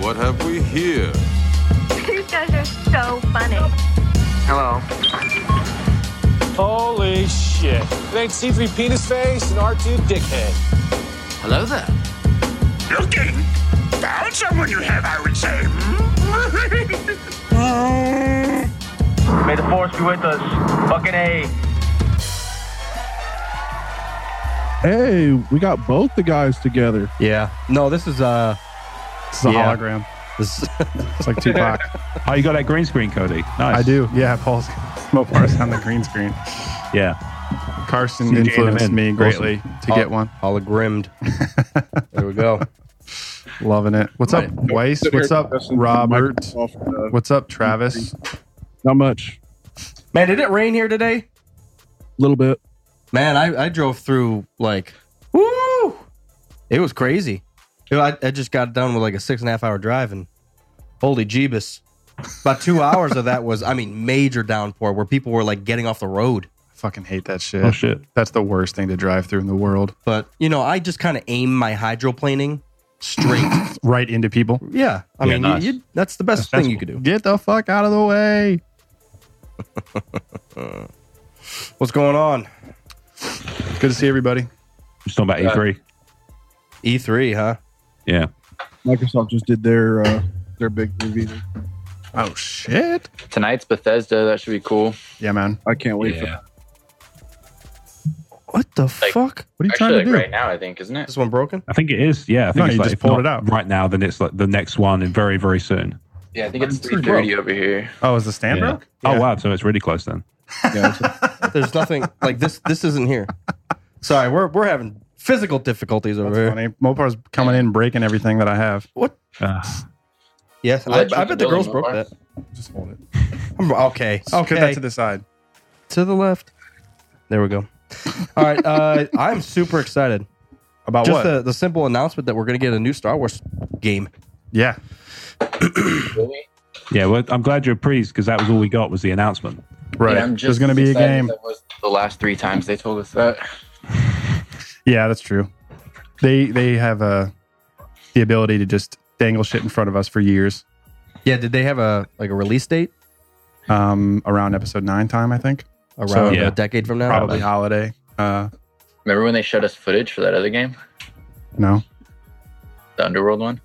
What have we here? These guys are so funny. Hello. Holy shit. It ain't C3 penis face and R2 dickhead. Hello there. Looking. Found someone you have, I would say. May the force be with us. Fucking A. Hey, we got both the guys together. Yeah. No, this is uh It's a Yeah. hologram. this is, It's like Tupac. oh, you got that green screen, Cody. Nice. I do. Yeah, Paul's Mopar's on the green screen. yeah. Carson You jammed influenced him me in. greatly to Hol- get one. Hologrimmed. there we go. Loving it. What's up, Weiss? What's up, Robert? What's up, Travis? Not much. Man, did it rain here today? A little bit. Man, I, I drove through like woo. It was crazy. Dude, I, I just got done with like a six and a half hour drive and holy jeebus. About two hours of that was I mean major downpour where people were like getting off the road. I fucking hate that shit. Oh, shit. That's the worst thing to drive through in the world. But you know, I just kind of aim my hydroplaning straight. Right into people. yeah, I Yeah, mean, nice. you, you, that's the best That's- thing you could do. Get the fuck out of the way. What's going on? Good to see everybody. You talking about E E3? E3, E huh? Yeah. Microsoft just did their uh, their big reveal. Oh shit. Tonight's Bethesda. That should be cool. Yeah, man. I can't wait for Yeah. What the fuck? What are you Actually, trying like to do? right now, I think, isn't it? This one broken? I think it is. Yeah, I think No, it's you like, just if pulled not it out. right now. Then it's like the next one and very very soon. Yeah, I think it's Mine's pretty 3:30 over here. Oh, is the stand Yeah. broke? Oh wow, so it's really close then. There's nothing like this. This isn't here. Sorry, we're we're having physical difficulties over That's funny. here. Mopar's coming in, breaking everything that I have. What? Uh, Yes, Well, I, that's I just bet the the girls building, broke Omar. that. Just hold it. I'm- okay, Just Put that okay. to To the, the side. left. There we go. All right, uh, I'm super excited. About Just what? the, the simple announcement that we're going to get a new Star Wars game. yeah. Really? yeah, well, I'm glad you're pleased because that was all we got was the announcement. Right. Yeah, I'm just There's going to be a excited game. as I was the last three times they told us that. Yeah, that's true. They they have uh, the ability to just dangle shit in front of us for years. Yeah, did they have a like a release date Um, around episode nine time, I think. around So, yeah. a decade Oh, from now? Probably holiday. Uh, Remember when they showed us footage for that other game, no. the Underworld one?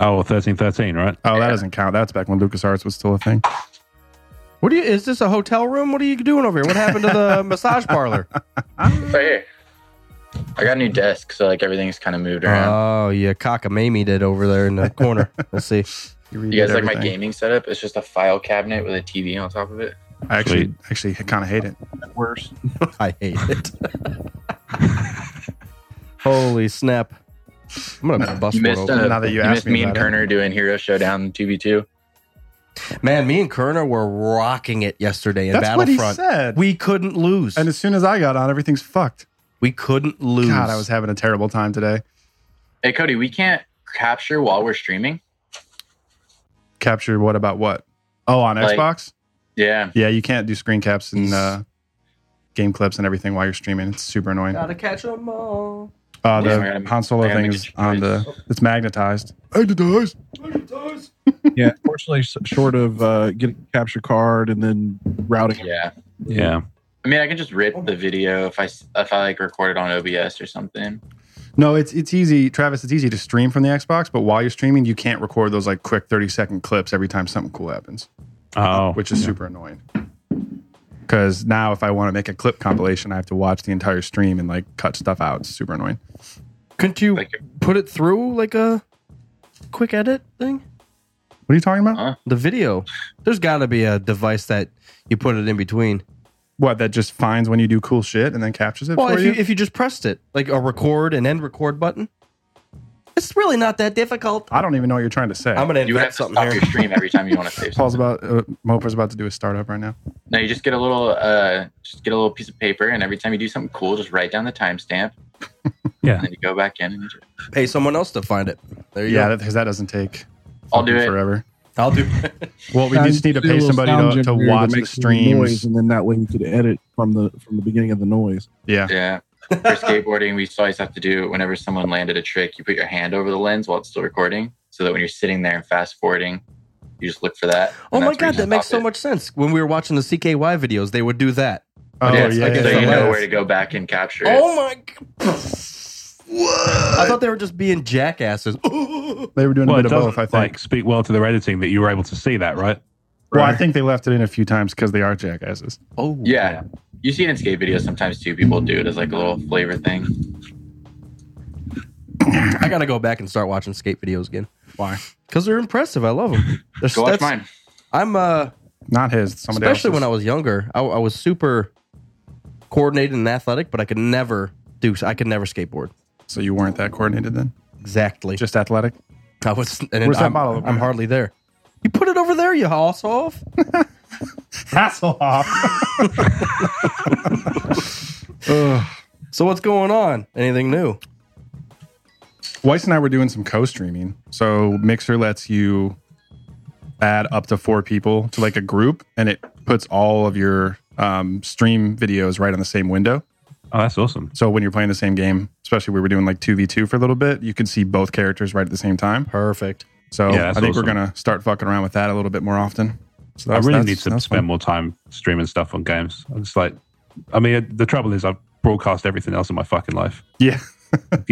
Oh, thirteen thirteen, right? Oh, that doesn't count. That's back when LucasArts was still a thing. What do you? Is this a hotel room? What are you doing over here? What happened to the massage parlor? It's right here. I got a new desk, so like everything's kind of moved Uh, around. Oh yeah, cockamamie did over there in the corner. Let's see. You, you guys redid like my everything. gaming setup? It's just a file cabinet with a TV on top of it. I actually actually kind of hate it. worse. I hate it. Holy snap! I'm gonna bust You one missed, open. uh, Now that you you asked missed me me and about it. Kerner doing Hero Showdown 2v2. Man, me and Kerner were rocking it yesterday in That's what he Battlefront. said. We couldn't lose. and as soon as I got on, everything's fucked. we couldn't lose. God, I was having a terrible time today. Hey Cody, we can't capture while we're streaming. Capture what about what? Oh, on Like- Xbox? Yeah, Yeah, you can't do screen caps and uh, game clips and everything while you're streaming. It's super annoying. gotta catch 'em all. Uh, Yeah, the I gotta- Han Solo I gotta thing make is a on the it's magnetized. Magnetized. yeah, unfortunately, s- short of uh, getting a capture card and then routing. it. yeah. Yeah. I mean, I can just rip Oh. the video if I s- if I like record it on OBS or something. No, it's it's easy, Travis. It's easy to stream from the Xbox, but while you're streaming, you can't record those like quick thirty second clips every time something cool happens, Oh, which is super annoying. Because now, if I want to make a clip compilation, I have to watch the entire stream and like cut stuff out. It's super annoying. Couldn't you Like- put it through like a quick edit thing? What are you talking about? Huh? The video. There's got to be a device that you put it in between. What that just finds when you do cool shit and then captures it Well, for if you? you, if you just pressed it, like a record and end record button, it's really not that difficult. I don't even know what you're trying to say. I'm gonna You would have invent to something stop here. your stream every time you want to save. Paul's something. about uh, Mopa's about to do a startup right now. No, you just get a little uh, just get a little piece of paper, and every time you do something cool, just write down the timestamp, yeah. and then you go back in. and Pay someone else to find it. There you Yeah, go. because that doesn't take. I'll do fucking it. forever. I'll do. Well, we Sound- just need to do a pay little somebody sound to, to generator watch make the some streams. noise, and then that way you could edit from the from the beginning of the noise. Yeah. Yeah. For skateboarding, we used to always have to do it whenever someone landed a trick. You put your hand over the lens while it's still recording. so that when you're sitting there and fast forwarding, you just look for that. Oh and my that's where god, you that just makes stop so it. much sense. When we were watching the CKY videos, they would do that. Oh Yeah, yeah, it's I like- guess so you so, know yeah. where to go back and capture it. Oh my. g- I thought they were just being jackasses. Oh, well, they were doing Well, a it bit of both. doesn't I think. like speak well to their editing that you were able to see that, right? well, I think they left it in a few times because they are jackasses. oh Yeah. You see it in skate videos sometimes too. People do it as like a little flavor thing. I gotta go back and start watching skate videos again Why? because they're impressive. I love them. They're Go watch that's- mine. I'm uh, Not his. Somebody especially when I else's. was younger, I, I was super coordinated and athletic, but I could never do. I could never skateboard. So you weren't that coordinated then? Exactly. Just athletic? I was. And Where's that I'm, bottle of I'm beer? hardly there. You put it over there, you hoss off. Hasselhoff. So what's going on? Anything new? Weiss and I were doing some co-streaming. So Mixer lets you add up to four people to like a group, and it puts all of your um, stream videos right on the same window. Oh, that's awesome. So when you're playing the same game, especially we were doing like two v two for a little bit, you can see both characters right at the same time. Perfect. So Yeah, I that's think we're awesome. gonna start fucking around with that a little bit more often. So I that's- really that's- need to that's spend fun. more time streaming stuff on games. I'm just like, I mean, the trouble is I've broadcast everything else in my fucking life. Yeah.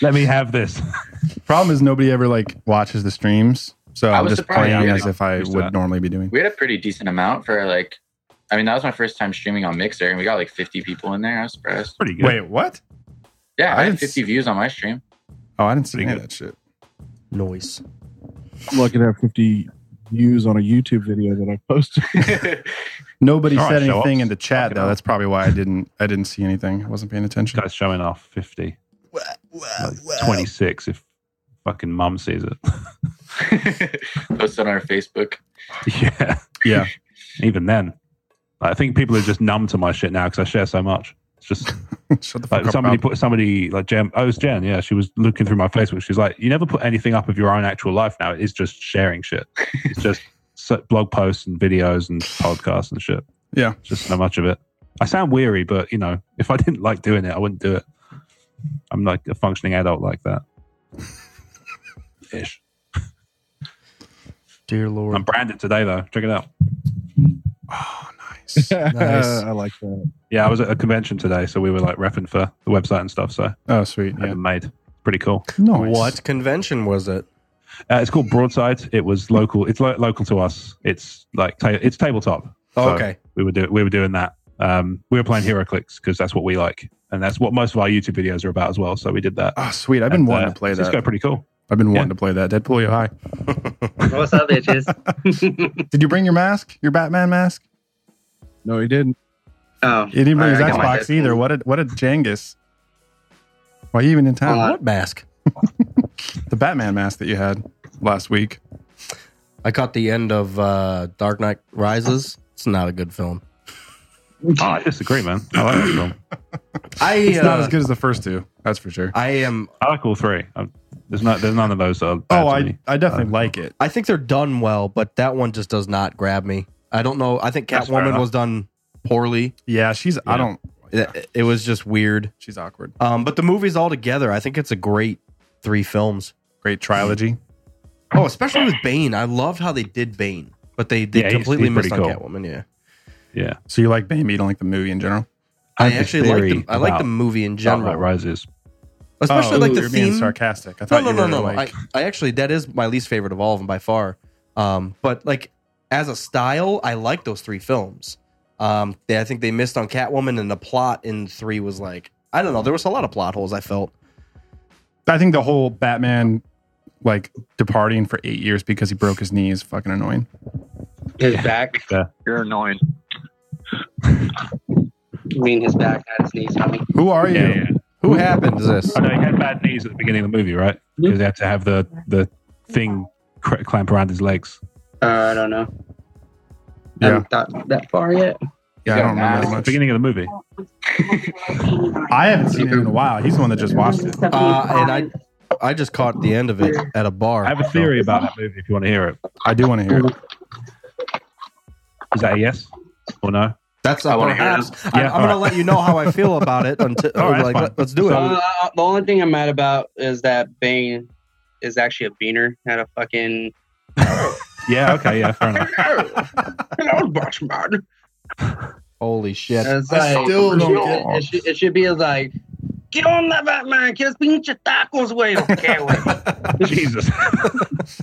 Let me have this. Problem is nobody ever like watches the streams. So I I'm was just surprised playing we as got if I used to would that. normally be doing. We had a pretty decent amount for like I mean that was my first time streaming on Mixer and we got like 50 people in there. I was surprised. Pretty good. Wait, what? Yeah, I I had didn't 50 s- views on my stream. Oh, I didn't see Pretty any of good. that shit. Noise. I'm lucky to have 50 views on a YouTube video that I posted. Nobody All right, said show anything offs. in the chat Fucking though. hell. That's probably why I didn't. I didn't see anything. I wasn't paying attention. Guys showing off 50. Like 26 if fucking mum sees it. Posted on our Facebook. yeah. Yeah. Even then. I think people are just numb to my shit now because I share so much. It's just Shut the fuck like up. Uh, somebody Rob. put somebody like Jen. Oh, it was Jen. Yeah, she was looking through my Facebook. She's like, "You never put anything up of your own actual life now. It is just sharing shit. It's just so- blog posts and videos and podcasts and shit. Yeah. just so much of it. I sound weary, but you know, if I didn't like doing it, I wouldn't do it. I'm like a functioning adult like that. Ish. Dear Lord. I'm branded today though. Check it out. Oh, nice. I like that. Yeah, I was at a convention today, so we were like repping for the website and stuff. So Oh, sweet. I had Yeah. them made. Pretty cool. Nice. What convention was it? Uh, it's called Broadside. It was local. It's lo- local to us. It's like ta- it's tabletop. So okay. we were doing we were doing that. Um, we were playing HeroClix because that's what we like, and that's what most of our YouTube videos are about as well. So we did that. Oh, sweet. I've been And, wanting uh, to play Cisco, that. pretty cool. I've been wanting Yeah. to play that. Deadpool, you hi. What's up, bitches? Did you bring your mask? Your Batman mask? No, he didn't. Oh, He didn't bring I- his I got my Xbox either. What a what a Jangus. Why are you even in town? Uh, what mask? The Batman mask that you had last week. I caught the end of uh, Dark Knight Rises. It's not a good film. Oh, I disagree, man. I like that film. I It's not uh, as good as the first two. That's for sure. I am. I like all three. i there's no there's none of those that are bad Oh, to I me. I definitely Um, uh, like it. I think they're done well, but that one just does not grab me. I don't know. I think That's fair Catwoman enough. Oh, was done poorly. Yeah, she's. I Yeah. don't. It, it was just weird. She's awkward. Um, but the movies all together, I think it's a great three films. Great trilogy. Oh, especially with Bane. I loved how they did Bane, but they, they Yeah, he's- completely he's missed pretty on cool. Catwoman. Yeah, Yeah, So you like Bane, but you don't like the movie in general. I, have this actually like theory the I like the about movie in Dark Knight general, Rises. especially Oh, like the you're being theme. sarcastic. I No, thought no, you no, were no. like, I, I actually that is my least favorite of all of them by far. Um, but like as a style, I like those three films. Um, they, I think they missed on Catwoman, and the plot in three was like I don't know. There was a lot of plot holes. I felt I think the whole Batman like departing for eight years because he broke his knee is fucking annoying. His back. Yeah. You're annoying. I mean, his back, not his knees, homie. Who are you? who happened to this? I know he had bad knees at the beginning of the movie, right? Because they had to have the the thing cr- clamp around his legs. Uh, I don't know. I Yeah, haven't thought that far yet. yeah. I don't remember Nah. that much. Beginning of the movie. I haven't seen it in a while. He's the one that just watched it. Uh, and I I just caught the end of it at a bar. I have a theory about that movie. If you want to hear it, I do want to hear it. is that a yes or no? That's I wanna hear perhaps. I, Yeah, am going all to right. let you know how I feel about it until All right, like fine. let, us do it. Uh, the only thing I'm mad about is that Bane is actually a beaner, not a fucking. Yeah. Okay. Yeah. Fair enough. Holy shit. It's I like- still don't it, get- it should, it should be like, get on that Batman, que los pinches tacos, güey. Okay, güey. Jesus.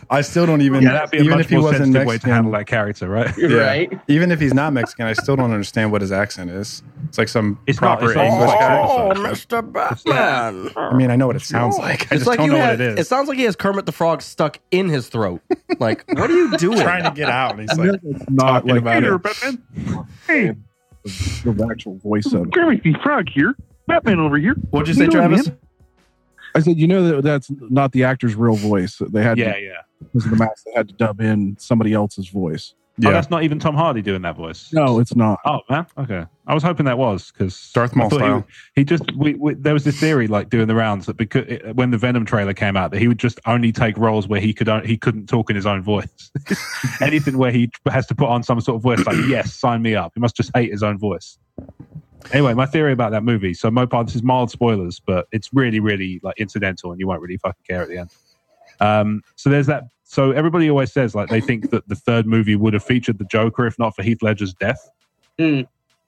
I still don't even. Yeah, that'd be a even much if he more wasn't sensitive way to Mexican, handle that character, right? Yeah. Right? even if he's not Mexican, I still don't understand what his accent is. It's like some It's not- proper Oh. it's not English Mexican accent. Mr. Batman. I mean, I know what it sounds like. I just don't know what had, it is. sounds like he has Kermit the Frog stuck in his throat. Like, what are you doing? trying to get out, and he's like, It's not talking like about it. Batman. the actual voice of it. Kermit Frog here. Batman over here. What'd you say, You know, Travis? I said, you know that that's not the actor's real voice. They had Yeah. Oh, to, Yeah. because of the mask, they had to dub in somebody else's voice. Oh, yeah, that's not even Tom Hardy doing that voice. No, it's not. Oh man, okay. I was hoping that was because Darth Maul He, style. he just we, we, there was this theory like doing the rounds that because it, when the Venom trailer came out that he would just only take roles where he could on- he couldn't talk in his own voice. Anything where he has to put on some sort of voice like yes, sign me up. He must just hate his own voice. Anyway, my theory about that movie. So Mopar, this is mild spoilers, but it's really really like incidental, and you won't really fucking care at the end. Um, so there's that. So everybody always says like they think that the third movie would have featured the Joker if not for Heath Ledger's death. Hmm.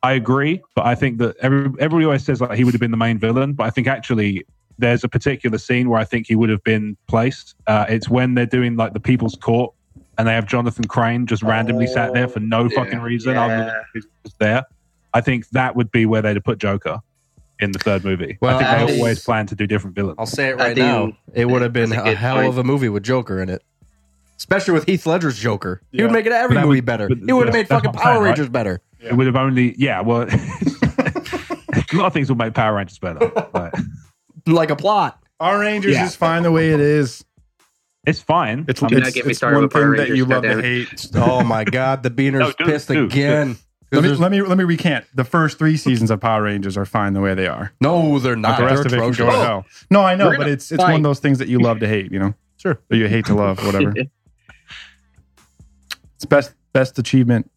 I agree, but I think that every, everybody always says like he would have been the main villain, but I think actually there's a particular scene where I think he would have been placed. Uh, it's when they're doing like the People's Court and they have Jonathan Crane just randomly sat there for no Oh, yeah, fucking reason. Other than he's just there. I think that would be where they'd have put Joker in the third movie. Well, I think I they think- always plan to do different villains. I'll say it I right think- now. It would have been that's a a good hell point. of a movie with Joker in it. Especially with Heath Ledger's Joker. He Yeah. would make it every But that movie would- better. but- He would have yeah, made that's fucking what I'm saying, Power right? Rangers better. It would have only, yeah, well, a lot of things would make Power Rangers better. but Like a plot. Our Rangers Yeah. is fine the way it is. it's fine. It's, I mean, mean, it's, I get me it's started one with Power thing that you Rangers, love to goddammit. hate. Oh my god, the beaner's No, dude, pissed dude, again. 'Cause Let me, there's- let me let me recant. The first three seasons of Power Rangers are fine the way they are. no, they're But not. the rest They're of it can go to atrocious. hell. No, I know, We're but gonna it's it's one fight. of those things that you love to hate. You know, Sure. or you hate to love, whatever. it's best best achievement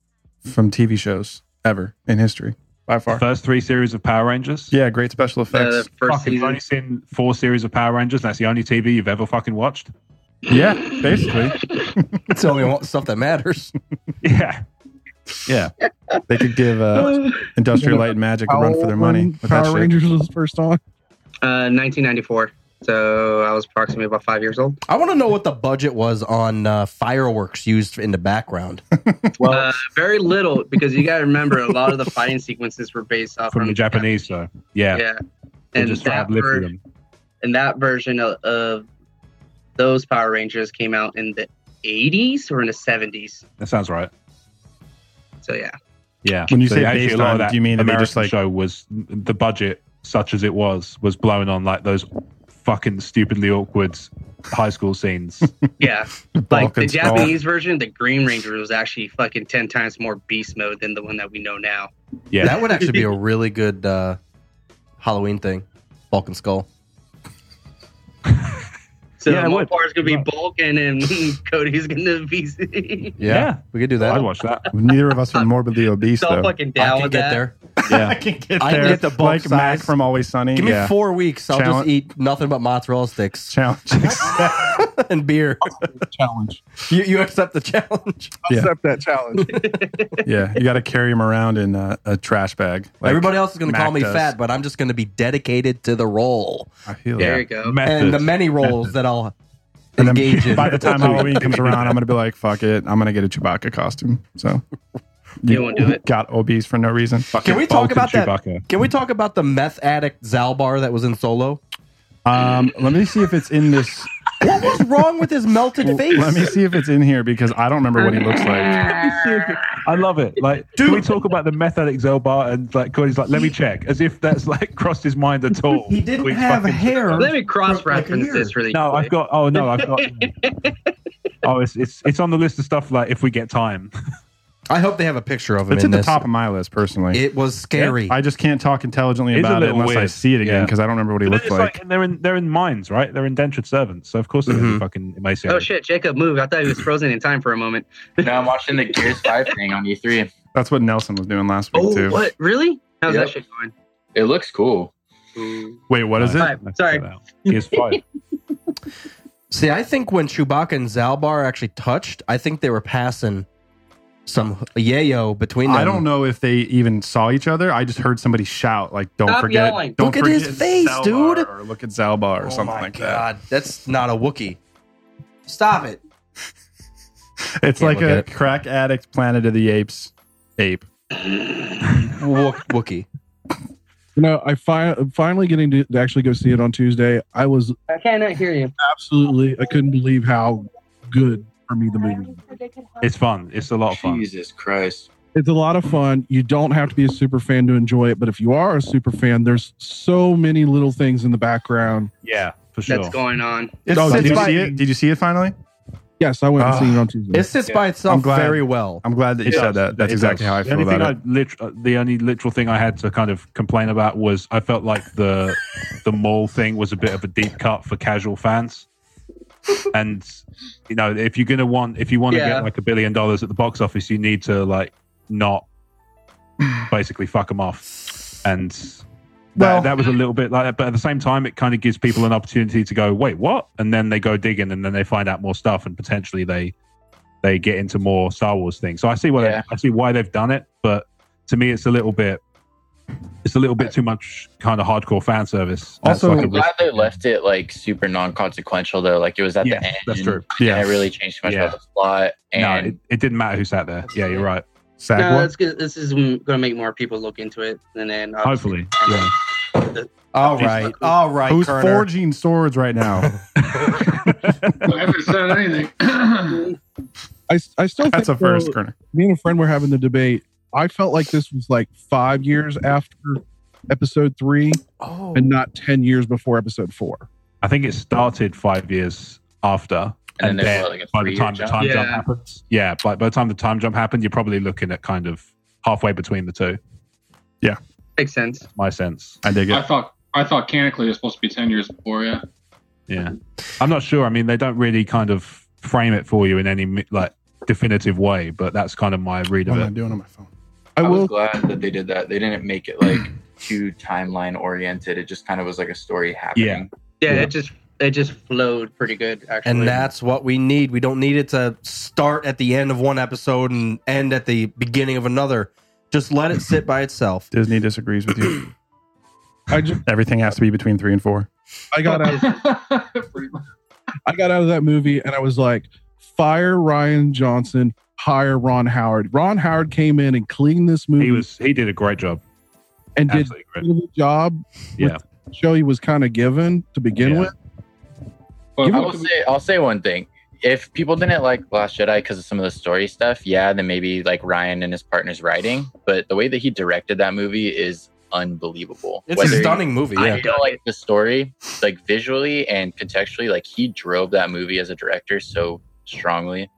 from TV shows ever in history by the far. first three series of Power Rangers. Yeah, great special Uh, the effects. first fucking you've season. only seen four series of Power Rangers. And that's the only TV you've ever fucking watched. yeah, basically, It's the only one- stuff that matters. Yeah, yeah. they could give uh, Industrial Light and Magic a run for their money with that Power shit. Rangers was the first on. Uh, 1994. So I was approximately about five years old. I want to know what the budget was on uh, fireworks used in the background. Well, uh, very little because you got to remember a lot of the fighting sequences were based off From the Japanese, so yeah, Yeah, They and just that, ad-libbed ver- them. and that version of, of those Power Rangers came out in the 80s or in the 70s. That sounds right. So yeah, Yeah. When you So say actually, based a lot of on, that do you mean that they American just, like- show was the budget such as it was was blown on like those fucking stupidly awkward high school scenes. yeah. like the Balkan skull. Japanese version, the Green Ranger was actually fucking ten times more beast mode than the one that we know now. Yeah. That would actually be a really good uh, Halloween thing. Falcon Skull. So Yeah, yeah, it would. Mopar's gonna be Balkan and Cody's gonna be. Yeah, Yeah. we could do that. I'd watch that. Neither of us are morbidly obese so though. fucking I down can with get that. there. I Yeah. can get I can there. get the bulk like Mac size. from Always Sunny. Give me yeah. four weeks. I'll Challenge- just eat nothing but mozzarella sticks Challenge. and beer. Challenge. You, you accept the challenge. Yeah. Accept that challenge. yeah, you got to carry him around in a, a trash bag. Like, Everybody else is going to Mac call me does. fat, but I'm just going to be dedicated to the role I feel There that. you go. and the Method. many roles that I'll And then engage in. by the time Halloween comes around, I'm gonna be like, "Fuck it, I'm gonna get a Chewbacca costume." So You won't do it. Got obese for no reason. Fuck Can it. we talk Vulcan about that? Chewbacca. Can we talk about the meth addict Zalbar that was in Solo? Um, let me see if it's in this. What was wrong with his melted face? Let me see if it's in here because I don't remember what he looks like. I love it. Like, can we talk about the meth addict Zelbar and like Cody's like, let me check, as if that's like crossed his mind at all. He didn't We have fucking- hair. Let me cross reference here. this really No, quick. I've got. Oh no, I've got. oh, it's it's it's on the list of stuff like if we get time. I hope they have a picture of him. It's in at the this. top of my list personally. It was scary. I just can't talk intelligently It's a about it little unless I weird. see it again Yeah. because I don't remember what he But looked then it's like. Mm-hmm. like, and they're in they're in mines, right? They're indentured servants, so of course they're gonna be fucking emaciated. Oh shit, Jacob moved. I thought he was frozen in time for a moment. No, I'm watching the Gears 5 thing on E E3. That's what Nelson was doing last week Oh, too. what? Really? How's Yep. that shit going? It looks cool. Ooh. Wait, what is it? Alright, sorry. It's five. See, I think when Chewbacca and Zalbar actually touched, I think they were passing some yayo between them. I don't know if they even saw each other. I just heard somebody shout, like, don't Stop forget. yelling. Don't Look at his forget face, Zalbar," dude. Or look at Zalbar or Oh something my like God, that's not a Wookiee. Stop it. that. It's Can't like look a at it. crack addict Planet of the Apes ape. Wook- Wookiee. You know, I fi- finally getting to, to actually go see it on Tuesday. I was I cannot hear you. absolutely, I couldn't believe how good for me the movie. was. It's fun. It's a lot of fun. Jesus Christ. Oh, It's a lot of fun. You don't have to be a super fan to enjoy it, but if you are a super fan, there's so many little things in the background. Yeah, for sure. That's going on. It's, Oh, did it's you by- see it? Did you see it finally? Yes, I went and Ah. seen it on Tuesday. It sits Yeah. by itself I'm glad. very well. I'm glad that you It said does. that. That's It exactly does. how I the feel only thing about it. I lit- uh, the only literal thing I had to kind of complain about was I felt like the the mall thing was a bit of a deep cut for casual fans. And you know, if you're gonna want if you want to Yeah. get like a billion dollars at the box office, you need to like not basically fuck them off. And that, Well- that was a little bit like that, but at the same time, it kind of gives people an opportunity to go, wait, what? And then they go digging, and then they find out more stuff, and potentially they they get into more Star Wars things. So I see what Yeah. I see why they've done it, but to me, it's a little bit it's a little bit too much kind of hardcore fan service. That's Also- like a I'm risk. glad they left it like super non consequential though. Like it was at Yeah, the end. that's true. Yeah. Yeah. it really changed too much Yeah. about the plot. no, And it, it didn't matter who sat there. Yeah, you're right. Sag No, what? that's good. This is going to make more people look into it, and then obviously- Hopefully, yeah. All right. All right, Who's Kerner. forging swords right now? I haven't said anything. I, I still think That's a though, first, Kerner. me and a friend were having the debate. I felt like this was like five years after episode three Oh. and not 10 years before episode four. I think it started five years after. And then And, there's, then, what, like, a by the three-year time the jump? time jump Yeah. happens, yeah, by, by the time the time jump happened, you're probably looking at kind of halfway between the two. makes sense. My sense. I dig I it. thought I thought Canically was supposed to be ten years before. Yeah. Yeah, I'm not sure. I mean, they don't really kind of frame it for you in any mi- like definitive way, but that's kind of my read What of am I it. doing on my phone? I I was will glad that they did that. They didn't make it like too timeline oriented. It just kind of was like a story happening. Yeah, Yeah. it just it just flowed pretty good actually. And that's what we need. We don't need it to start at the end of one episode and end at the beginning of another. Just let it sit by itself. Disney disagrees with you. I just Everything has to be between three and four. I got out Pretty much. I got out of that movie and I was like, fire Ryan Johnson, hire Ron Howard. Ron Howard came in and cleaned this movie He was he did a great job. and did Absolutely a great. good job. Yeah. the show he was kind of given to begin Yeah. with. But Give I it- will say I'll say one thing. If people didn't like Last Jedi because of some of the story stuff, yeah, then maybe like Ryan and his partner's writing. But the way that he directed that movie is unbelievable. It's Whether a you- stunning movie. Yeah. I don't like the story, like visually and contextually. Like he drove that movie as a director so strongly.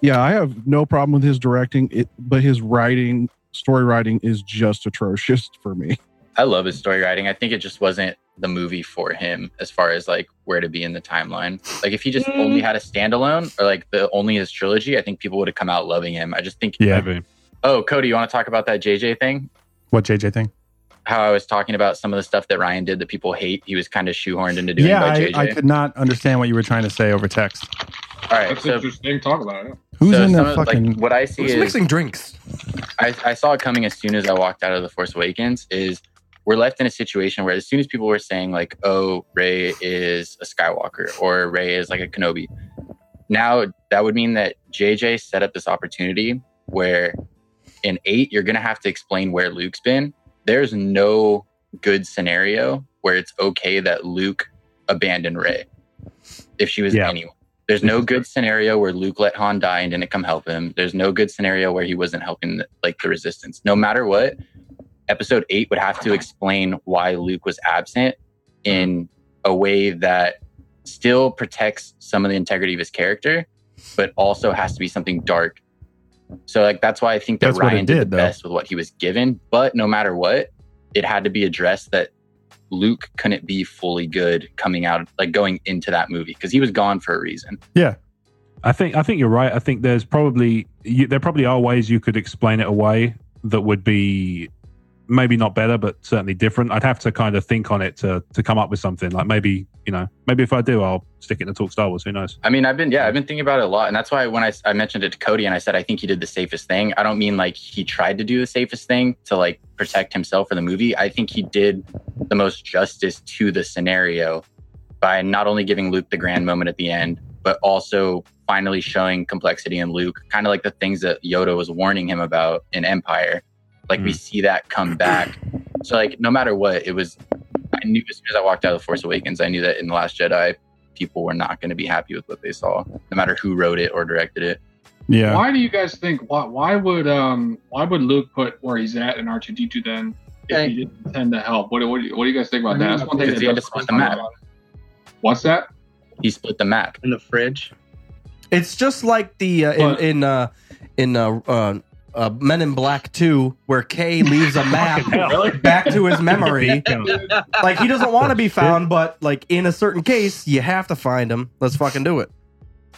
Yeah, I have no problem with his directing it, but his writing, story writing is just atrocious for me. I love his story writing. I think it just wasn't the movie for him as far as like where to be in the timeline. Like if he just Mm. only had a standalone or like the only his trilogy, I think people would have come out loving him. I just think Yeah. Maybe. oh Cody, you want to talk about that JJ thing? What JJ thing? How I was talking about some of the stuff that Ryan did that people hate. He was kind of shoehorned into doing Yeah, by I, JJ. I could not understand what you were trying to say over text. All right. That's So, interesting. Talk about it. Who's so in some the of, like, fucking? what I see Who's is mixing drinks? I, I saw it coming as soon as I walked out of the Force Awakens is we're left in a situation where as soon as people were saying like, oh, Ray is a Skywalker or Ray is like a Kenobi, now that would mean that JJ set up this opportunity where in eight you're gonna have to explain where Luke's been. There's no good scenario where it's okay that Luke abandoned Ray if she was Yeah. anyone. There's no Mm-hmm. good scenario where Luke let Han die and didn't come help him. There's no good scenario where he wasn't helping the, like the resistance. No matter what, episode 8 would have to explain why Luke was absent in a way that still protects some of the integrity of his character but also has to be something dark. So like that's why I think that That's what it Ryan did, did, the though. best with what he was given, but no matter what, it had to be addressed that Luke couldn't be fully good coming out like going into that movie because he was gone for a reason. I think I think you're right. I think there's probably you, there probably are ways you could explain it away that would be maybe not better, but certainly different. I'd have to kind of think on it to to come up with something. Like maybe you know, maybe if I do, I'll stick it and talk Star Wars. Who knows? I mean, I've been, yeah, I've been thinking about it a lot. And that's why when I, I mentioned it to Cody and I said, I think he did the safest thing, I don't mean like he tried to do the safest thing to like protect himself or the movie. I think he did the most justice to the scenario by not only giving Luke the grand moment at the end, but also finally showing complexity in Luke, kind of like the things that Yoda was warning him about in Empire. Like we see that come back. So, like, no matter what, it was, I knew as soon as I walked out of The Force Awakens, I knew that in The Last Jedi, people were not going to be happy with what they saw, no matter who wrote it or directed it. Yeah. Why do you guys think why why would um why would Luke put where he's at in R two D two then if he didn't intend to help? What, do- what, do you- what do you guys think about that? That's one thing Because that he had to does split the map. What's that? He split the map. in the fridge. It's just like the uh, What? in in uh, in uh, uh, uh, Men in Black Two, where K leaves a map back to his memory. like he doesn't want to be found, but like in a certain case, you have to find him. Let's fucking do it.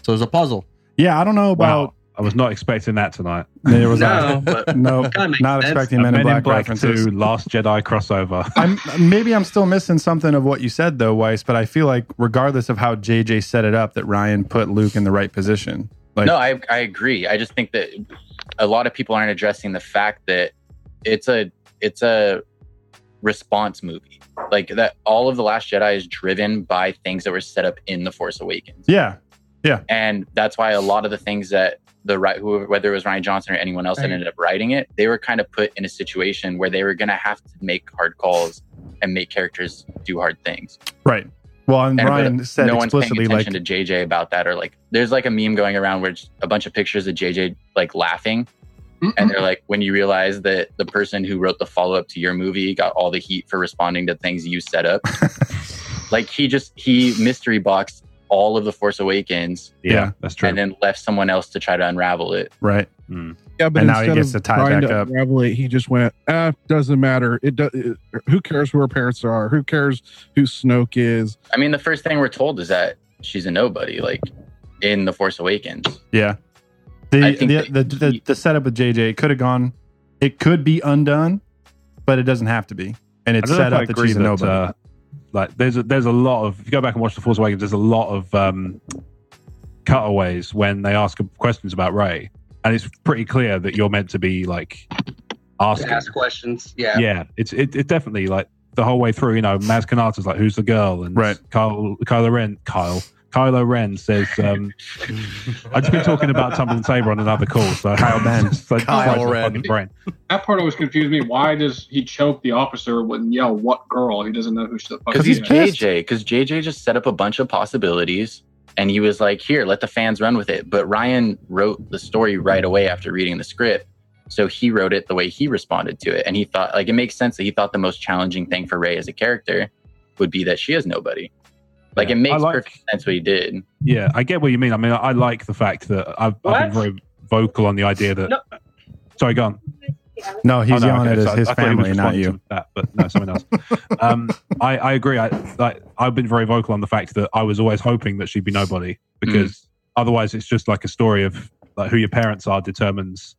So it's a puzzle. Yeah, I don't know about. Wow. I was not expecting that tonight. There was No, but no, no Kinda makes not sense. expecting Men, in Black, references. 2 Last Jedi crossover. I'm maybe I'm still missing something of what you said though, Weiss. But I feel like regardless of how JJ set it up, that Ryan put Luke in the right position. Like, no, I, I agree. I just think that a lot of people aren't addressing the fact that it's a it's a response movie. Like that all of The Last Jedi is driven by things that were set up in The Force Awakens. yeah, and that's why a lot of the things that the right who whether it was Ryan Johnson or anyone else that ended up writing it, they were kind of put in a situation where they were going to have to make hard calls and make characters do hard things. right. Well, and, And Ryan but said no one's paying explicitly, like, attention to JJ about that, or like there's like a meme going around where it's a bunch of pictures of JJ like laughing, and they're like when you realize that the person who wrote the follow up to your movie got all the heat for responding to things you set up. like he just he mystery boxed all of the Force Awakens yeah, that's true. Hmm. and then left someone else to try to unravel it. right. Yeah, but And now he instead of gets to tie trying back to up. unravel it, he just went, ah, doesn't matter. It, do- it Who cares who her parents are? Who cares who Snoke is? I mean, the first thing we're told is that she's a nobody, like in The Force Awakens. Yeah. The I think the, the, that the he- the setup with JJ could have gone, it could be undone, but it doesn't have to be. And it's I don't know set if I up that she's a nobody. uh, like there's a, there's a lot of if you go back and watch the Force Awakens, there's a lot of um, cutaways when they ask questions about Ray, and it's pretty clear that you're meant to be like asking. Ask questions. Yeah, Yeah. it's it, it definitely like the whole way through. You know, Maz Kanata's like, "Who's the girl?" And Right. Kyle Kylo Ren Kyle. Kylo Ren says, um, "I've just been talking about tumbling saber on another call." So Kyle Ren. so it Kyle flies my Ren. fucking brain. That part always confused me. Why does he choke the officer and yell "What girl?" He doesn't know who she the fuck. Because she he's is. JJ. Because JJ just set up a bunch of possibilities, and he was like, "Here, let the fans run with it." But Ryan wrote the story right away after reading the script, so he wrote it the way he responded to it, and he thought like it makes sense that he thought the most challenging thing for Ray as a character would be that she is nobody. Like Yeah. it makes I like- perfect sense what he did. Yeah, I get what you mean. I mean, I, I like the fact that I've, I've been What? very vocal on the idea that. No. Sorry, go on. no, he's Oh, no, yelling okay, at his, so I- his I thought he was family, not responding you. to That, but no, someone else. um, I, I agree. I, I I've been very vocal on the fact that I was always hoping that she'd be nobody because Mm. otherwise it's just like a story of like who your parents are determines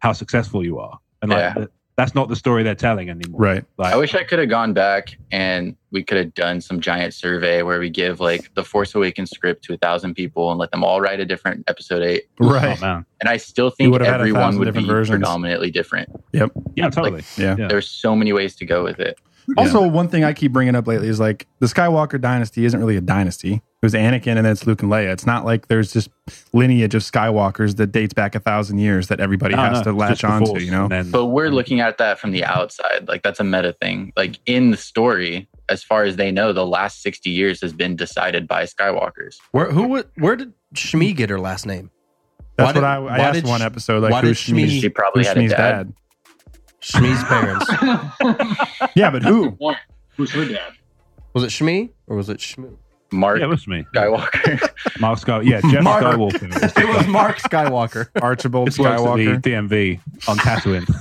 how successful you are, and like Yeah. th- that's not the story they're telling anymore. Right. Like, I wish I could have gone back and we could have done some giant survey where we give like the Force Awakens script to a thousand people and let them all write a different episode eight. Right. oh, man. And I still You think would have had a everyone thousand would be different versions. predominantly different. Yeah, totally. Yeah. There's so many ways to go with it. Also, one thing I keep bringing up lately is like the Skywalker dynasty isn't really a dynasty. It was Anakin and then it's Luke and Leia. It's not like there's just lineage of Skywalkers that dates back a thousand years that everybody No, no, has to it's just latch the onto, Force, you know? and then- But Mm-hmm. we're looking at that from the outside. Like that's a meta thing. Like in the story, as far as they know, the last 60 years has been decided by Skywalkers. Where who wa- where did Shmi get her last name? That's Why did- what I, I why asked did one Sh- episode. why Like, did who's Shmi's, She probably who's had a Shmi's dad. dad? Shmi's parents. Yeah, but who? Why? Who's her dad? was it Shmi or was it Shmoo? Mark yeah, it was me. Skywalker. Mark Sky. Yeah, Jeff Mark. Skywalker. It was Mark Skywalker. Archibald This works at the Skywalker. DMV on Tatooine.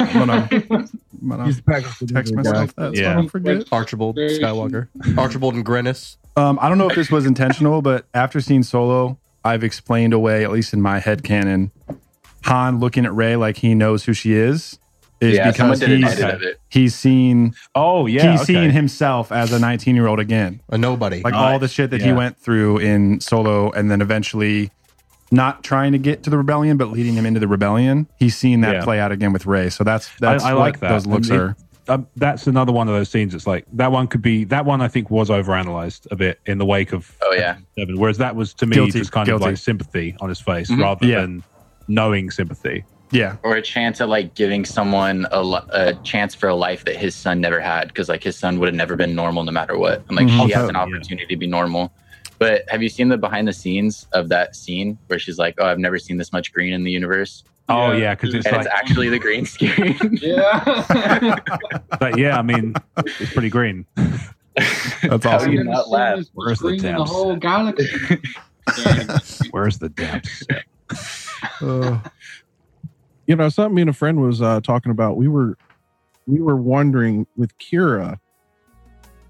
I'm gonna, I'm gonna He's back up to text the myself that. so Yeah. I don't forget. Archibald Skywalker. Archibald and Grennis. Um, I don't know if this was intentional, but after seeing Solo, I've explained away, at least in my head canon, Han looking at Ray like he knows who she is, is Yeah, someone because did an he's, edit of it. he's seen oh yeah, he's okay. seen himself as a 19 year old again a nobody like Oh, all the shit that he yeah. went through in solo and then eventually not trying to get to the rebellion but leading him into the rebellion he's seen that Yeah. play out again with ray so that's that's I, I what like that. those looks And it- are um, that's another one of those scenes. It's like that one could be that one. I think was overanalyzed a bit in the wake of Oh yeah. Seven, whereas that was to me Guilty, just kind guilty. of like sympathy on his face Mhm. rather Yeah. than knowing sympathy. yeah or a chance at like giving someone a, li- a chance for a life that his son never had because like his son would have never been normal no matter what and like Mhm. she has an Yeah. opportunity to be normal but have you seen the behind the scenes of that scene where she's like oh i've never seen this much green in the universe Oh Yeah. yeah, because it's and like, it's actually the green screen Yeah. but yeah, I mean, it's pretty green. that's How do awesome you not laugh? Where's the the, the damn whole set? galaxy. Yeah. Where's the damn? set? you know something me and a friend was uh, talking about we were we were wondering with kira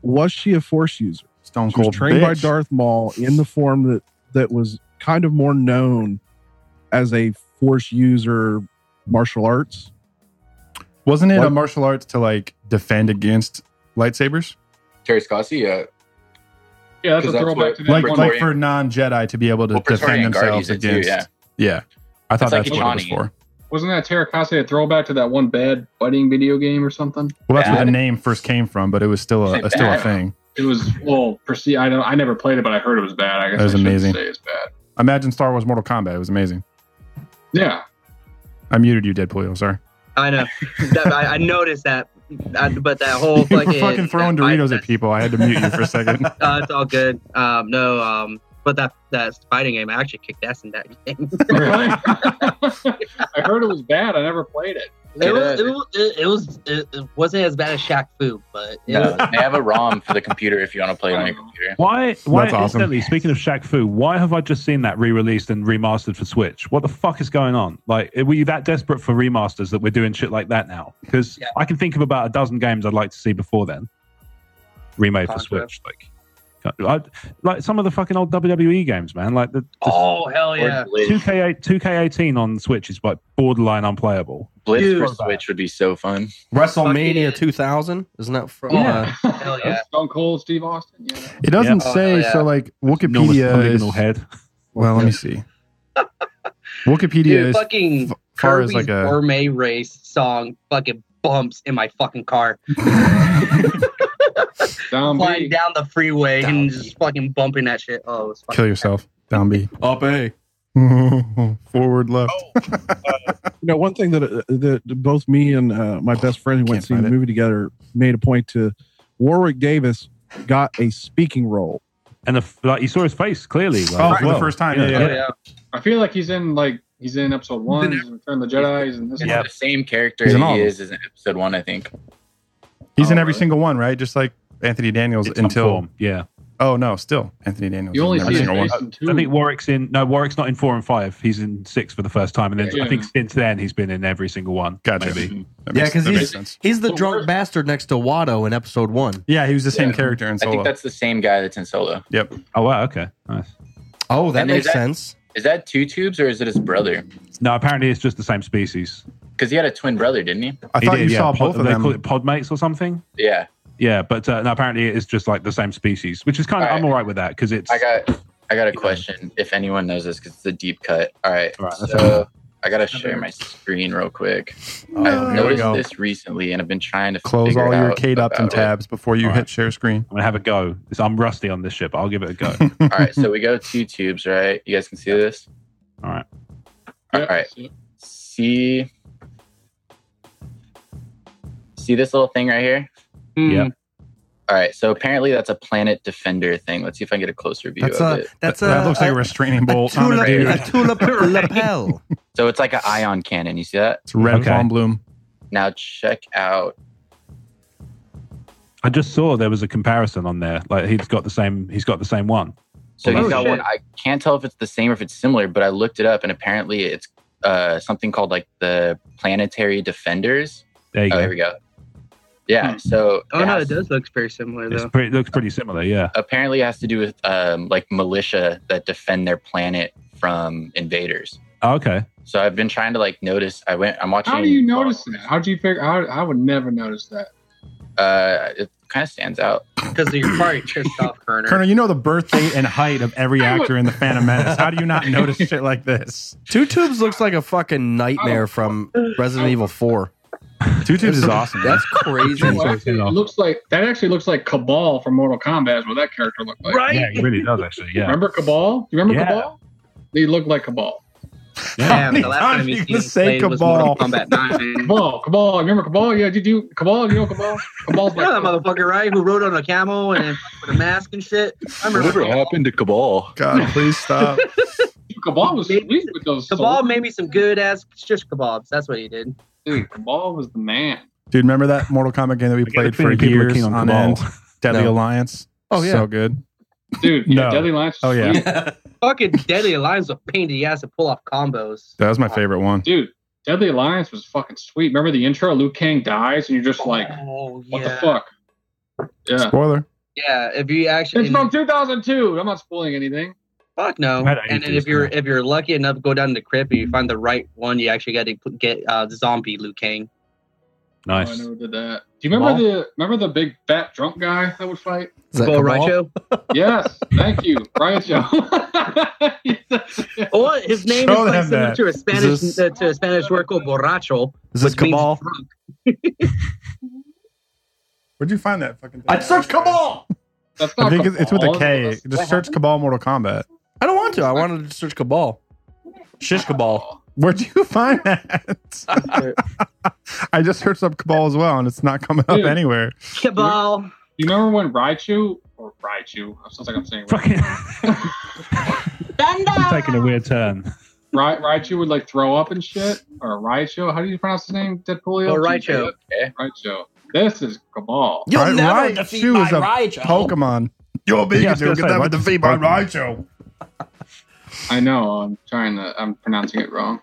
was she a force user stone she was cold trained by bitch. darth maul in the form that that was kind of more known as a force user martial arts wasn't it a What? martial arts to like defend against lightsabers terry scotty uh, yeah, that's 'Cause a that's throwback what- to that like one. like for non-jedi to be able to Well, defend Praetorian Guard themselves used it too, against yeah. i thought It's like that's what it was Ichani. for Wasn't that Terracase a throwback to that one bad fighting video game or something? well that's where Bad. the name first came from but it was still a, Is it a- still a bad? thing It was well perceived. I don't. I never played it, but I heard it was bad. I guess That was I shouldn't amazing. Say it's bad. imagine star wars mortal kombat it was amazing Yeah. i muted you deadpool i'm sorry I know. That- I, I noticed that, I, but that whole you fucking were fucking throwing that fight Doritos scene- at people. I had to mute you for a second. Uh, it's all good. Um, no, um, but that that fighting game, I actually kicked ass in that game. Really? I heard it was bad. I never played it. it, was, it, was, it, it was it, it wasn't as bad as Shaq Fu, but it no, was, they have a rom for the computer if you want to play it on your computer Why? Why? That's awesome. Incidentally, speaking of Shaq Fu, why have I just seen that re-released and remastered for Switch? What the fuck is going on? Like, were you that desperate for remasters that we're doing shit like that now? Because Yeah. I can think of about a dozen games I'd like to see before then remade for Contra. Switch. Like, I, like some of the fucking old WWE games, man. Like the, the oh hell yeah! Or blitz, 2K8, 2K18 on Switch is like borderline unplayable. blitz Dude. for switch would be so fun WrestleMania Fucking- 2000 isn't that from? Yeah. Yeah. Hell yeah. Stone Cold Steve Austin. Yeah. It doesn't Yeah. say Oh, yeah. so. Like Enormous Wikipedia is. polygonal head. Well, let me see. Wikipedia Dude, is fucking f- far Kirby's as like a. gourmet race song fucking bumps in my fucking car, Down flying B. down the freeway and just fucking bumping that shit. Oh, it was fucking Kill yourself. Down B. uh, Up eh? A. Forward left. you know one thing that uh, that both me and uh, my best friend who went Can't seeing find the it. movie together made a point to warwick davis got a speaking role And the, f- like, you saw his face clearly. Like, Oh, as for the well. first time. Yeah, yeah. Oh, yeah. yeah. I feel like he's in like he's in episode one. He's in Return of the Jedi. He's in this. yeah. Yeah. the same character He's in all that he of is is in episode one i think He's in Oh, every really? single one, right? Just like Anthony Daniels It's until. form, yeah. Oh no, still Anthony Daniels. You only is in every see his single one. face in two. I think Warwick's in. No, Warwick's not in four and five. He's in six for the first time, and then Yeah. I think since then he's been in every single one. Gotcha. maybe. That Yeah, makes- 'cause that he's- makes sense. He's the Well, drunk where's- bastard next to Watto in episode one. Yeah, he was the same Yeah. character in i Solo. think that's the same guy that's in solo Oh wow, okay, nice. Oh, that And is makes that- sense. is that two tubes or is it his brother No, apparently it's just the same species. because he had a twin brother didn't he I He thought did, you yeah, saw pod- both of They call them. it podmates or something. yeah Yeah, but uh, no, apparently it's just like the same species, which is kind of All right. I'm all right with that because it's I got I got a You know. question. If anyone knows this, because it's a deep cut. All right, All right, that's so I gotta share my screen real quick. I've There Oh, we noticed go. this recently, and I've been trying to Close figure all your out Kate Upton about it. tabs before you All hit right. share screen. I'm gonna have a go. It's- I'm rusty on this ship. I'll give it a go. All right, so we go two tubes, right? You guys can see this. all right, All right, see, see this little thing right here. Mm. Yeah. All right, so apparently that's a planet defender thing. Let's see if I can get a closer view That's of a it. that's a that looks like a a, restraining a bolt on a tulip, dude. a tulip lapel. So it's like an ion cannon. You see that? It's red Okay. palm bloom. Now check out. I just saw there was a comparison on there. Like he's got the same. He's got the same one. So he's Oh, got shit. one. I can't tell if it's the same or if it's similar, but I looked it up and apparently it's uh, something called like the Planetary Defenders. There you Oh, go. here we go. Hmm. Yeah. So Oh no, it has- does look very similar It's though. pretty, it looks pretty similar. Yeah. Apparently, it has to do with um, like militia that defend their planet from invaders. Oh, Okay. So I've been trying to like notice. I went. I'm watching. How do you notice that? How do you figure? How, I would never notice that. Uh, it kind of stands out because you're probably Christoph Kerner. Colonel, you know the birth date and height of every actor in the Phantom Menace. How do you not notice shit like this? Two Tubes looks like a fucking Oh. nightmare from Resident Evil 4. Two Tubes is awesome. That's crazy. Well, actually, it looks like that. Actually, looks like Cabal from Mortal Kombat. Is what that character looked like. Yeah, he really does actually. Yeah. Remember Cabal? Do you remember Yeah. Cabal? He looked like Cabal. Yeah, the last time you seen him play was Mortal Kombat 9. Cabal, Cabal. Remember Cabal? Yeah, did you Cabal? You know Cabal? Cabal's You like know that motherfucker, right? Who rode on a camel and with a mask and shit. I remember Cabal. happened to Cabal? God, please stop. Cabal was sweet with those. Cabal made me some good ass shish kebabs. That's what he did. Dude, Cabal was the man. Dude, remember that Mortal Kombat game that we played for feeling people are years keen on, on Cabal. end? Deadly No. Alliance. Oh, yeah. so good. Dude, yeah, No. Deadly Alliance. Oh was yeah, sweet. Fucking Deadly Alliance was a pain in the ass to pull off combos. that was my favorite one. Dude, Deadly Alliance was fucking sweet. Remember the intro? Luke Kang dies, and you're just like, Oh yeah. what the fuck? Yeah. Spoiler. Yeah, if you actually It's from 2002. I'm not spoiling anything. fuck no, Right, I and hate then if these you're guys. if you're lucky enough to go down the crypt and you find the right one, you actually got to get uh, the zombie Liu Kang. Oh, I Nice. never did that. Do you remember the remember the big fat drunk guy that would fight? Is that Bo Cabal? Rancho. Yes, thank you, Brian Show. Oh, his name Show is like them similar that. to a Spanish this- uh, to a Spanish word called borracho. Is this which means Cabal? drunk. Where'd you find that fucking? thing? I'd search Cabal! That's I not think it's, it's with a Cabal. K. Just search Cabal Mortal Kombat. I don't want to. I wanted to search Cabal. Shish Cabal. Where'd you find that? I just searched up Cabal as well, and it's not coming up Dude. anywhere. Cabal. You remember when Raichu or Raichu? It sounds like I'm saying Fucking this is taking a weird turn. Ra- Raichu would like throw up and shit, or Raichu. How do you pronounce his name? Deadpoolio. Oh, Raichu. Yeah, Raichu. This is Cabal. You'll never defeat my Raichu. Pokemon. You're big Yeah, I was gonna say, what the fuck? Raichu. I know. I'm trying to. I'm pronouncing it wrong.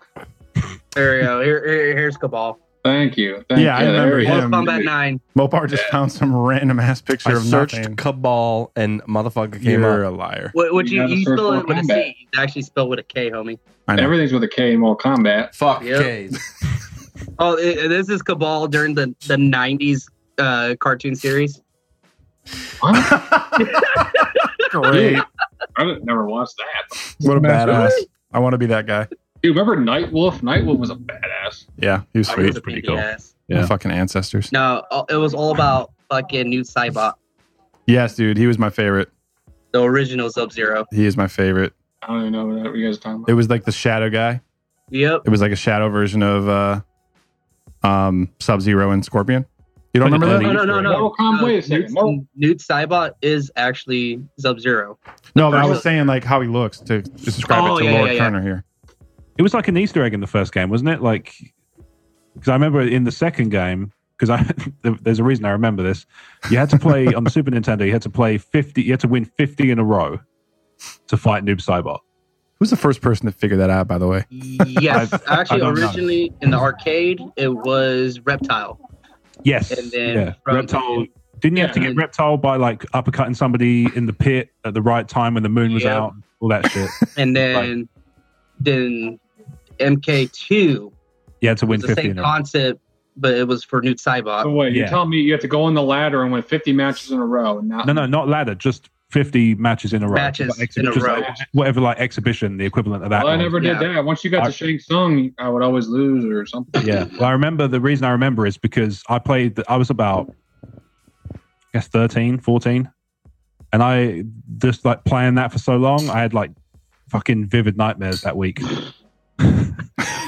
There we go. Here, here, here's Cabal. Thank you. Thank Yeah, I you. There remember we him. go. Mortal Kombat Nine. Mopar just found some random ass picture I of searched nothing. Cabal and motherfucker came You're up. a liar. What would You you? gotta You search spell it Mortal with a Kombat. C. You actually spell with a K, homie. I know. Everything's with a K in Mortal Kombat. Fuck Yep. K's. Oh, i- i- this is Cabal during the the '90s uh, cartoon series. What? Great. I didn't- never watched that. what a badass. Badass. I want to be that guy. Dude, remember Nightwolf? Nightwolf was a badass. Yeah, he was I was sweet. a pain in the ass. My Yeah. fucking ancestors. No, uh, it was all about fucking new Cybot, Yes, dude. He was my favorite. the original Sub Zero. He is my favorite. I don't even know what you guys are talking It about. was like the shadow guy. Yep. It was like a shadow version of uh, um, Sub Zero and Scorpion. You don't Like remember an that? No, no, no, no. Mortal Kombat, wait a second. Mortal- Newt, Newt Cybot is actually Sub Zero. No, but I was first- saying like how he looks to describe Oh, it to yeah, Lord yeah, yeah. Turner here. It was like an Easter egg in the first game, wasn't it? Like, because I remember in the second game, because I there's a reason I remember this. You had to play on the Super Nintendo. You had to play fifty. You had to win fifty in a row to fight Noob Saibot. Who's the first person to figure that out? By the way, Yes, I actually, don't know. originally in the arcade, it was Reptile. Yes. And then yeah. from- Reptile. Didn't you have to Yeah. get reptile by like uppercutting somebody in the pit at the right time when the moon was Yeah. out? All that shit. and then then MK2 You had to win was Oh. the fifty same in a row. concept, but it was for Newt Cybot. So wait, you Yeah. tell me you have to go on the ladder and win 50 matches in a row and not No, no, not ladder. Just fifty matches in a row. Uh, Matches Like, in a just row. like whatever, like exhibition, the equivalent of that. Well, I was. never did Yeah. that. Once you got I- to Shang Tsung, I would always lose or something. yeah. Well, I remember the reason I remember is because I played, the, I was about, I guess, 13, 14. And I just like playing that for so long, I had like fucking vivid nightmares that week.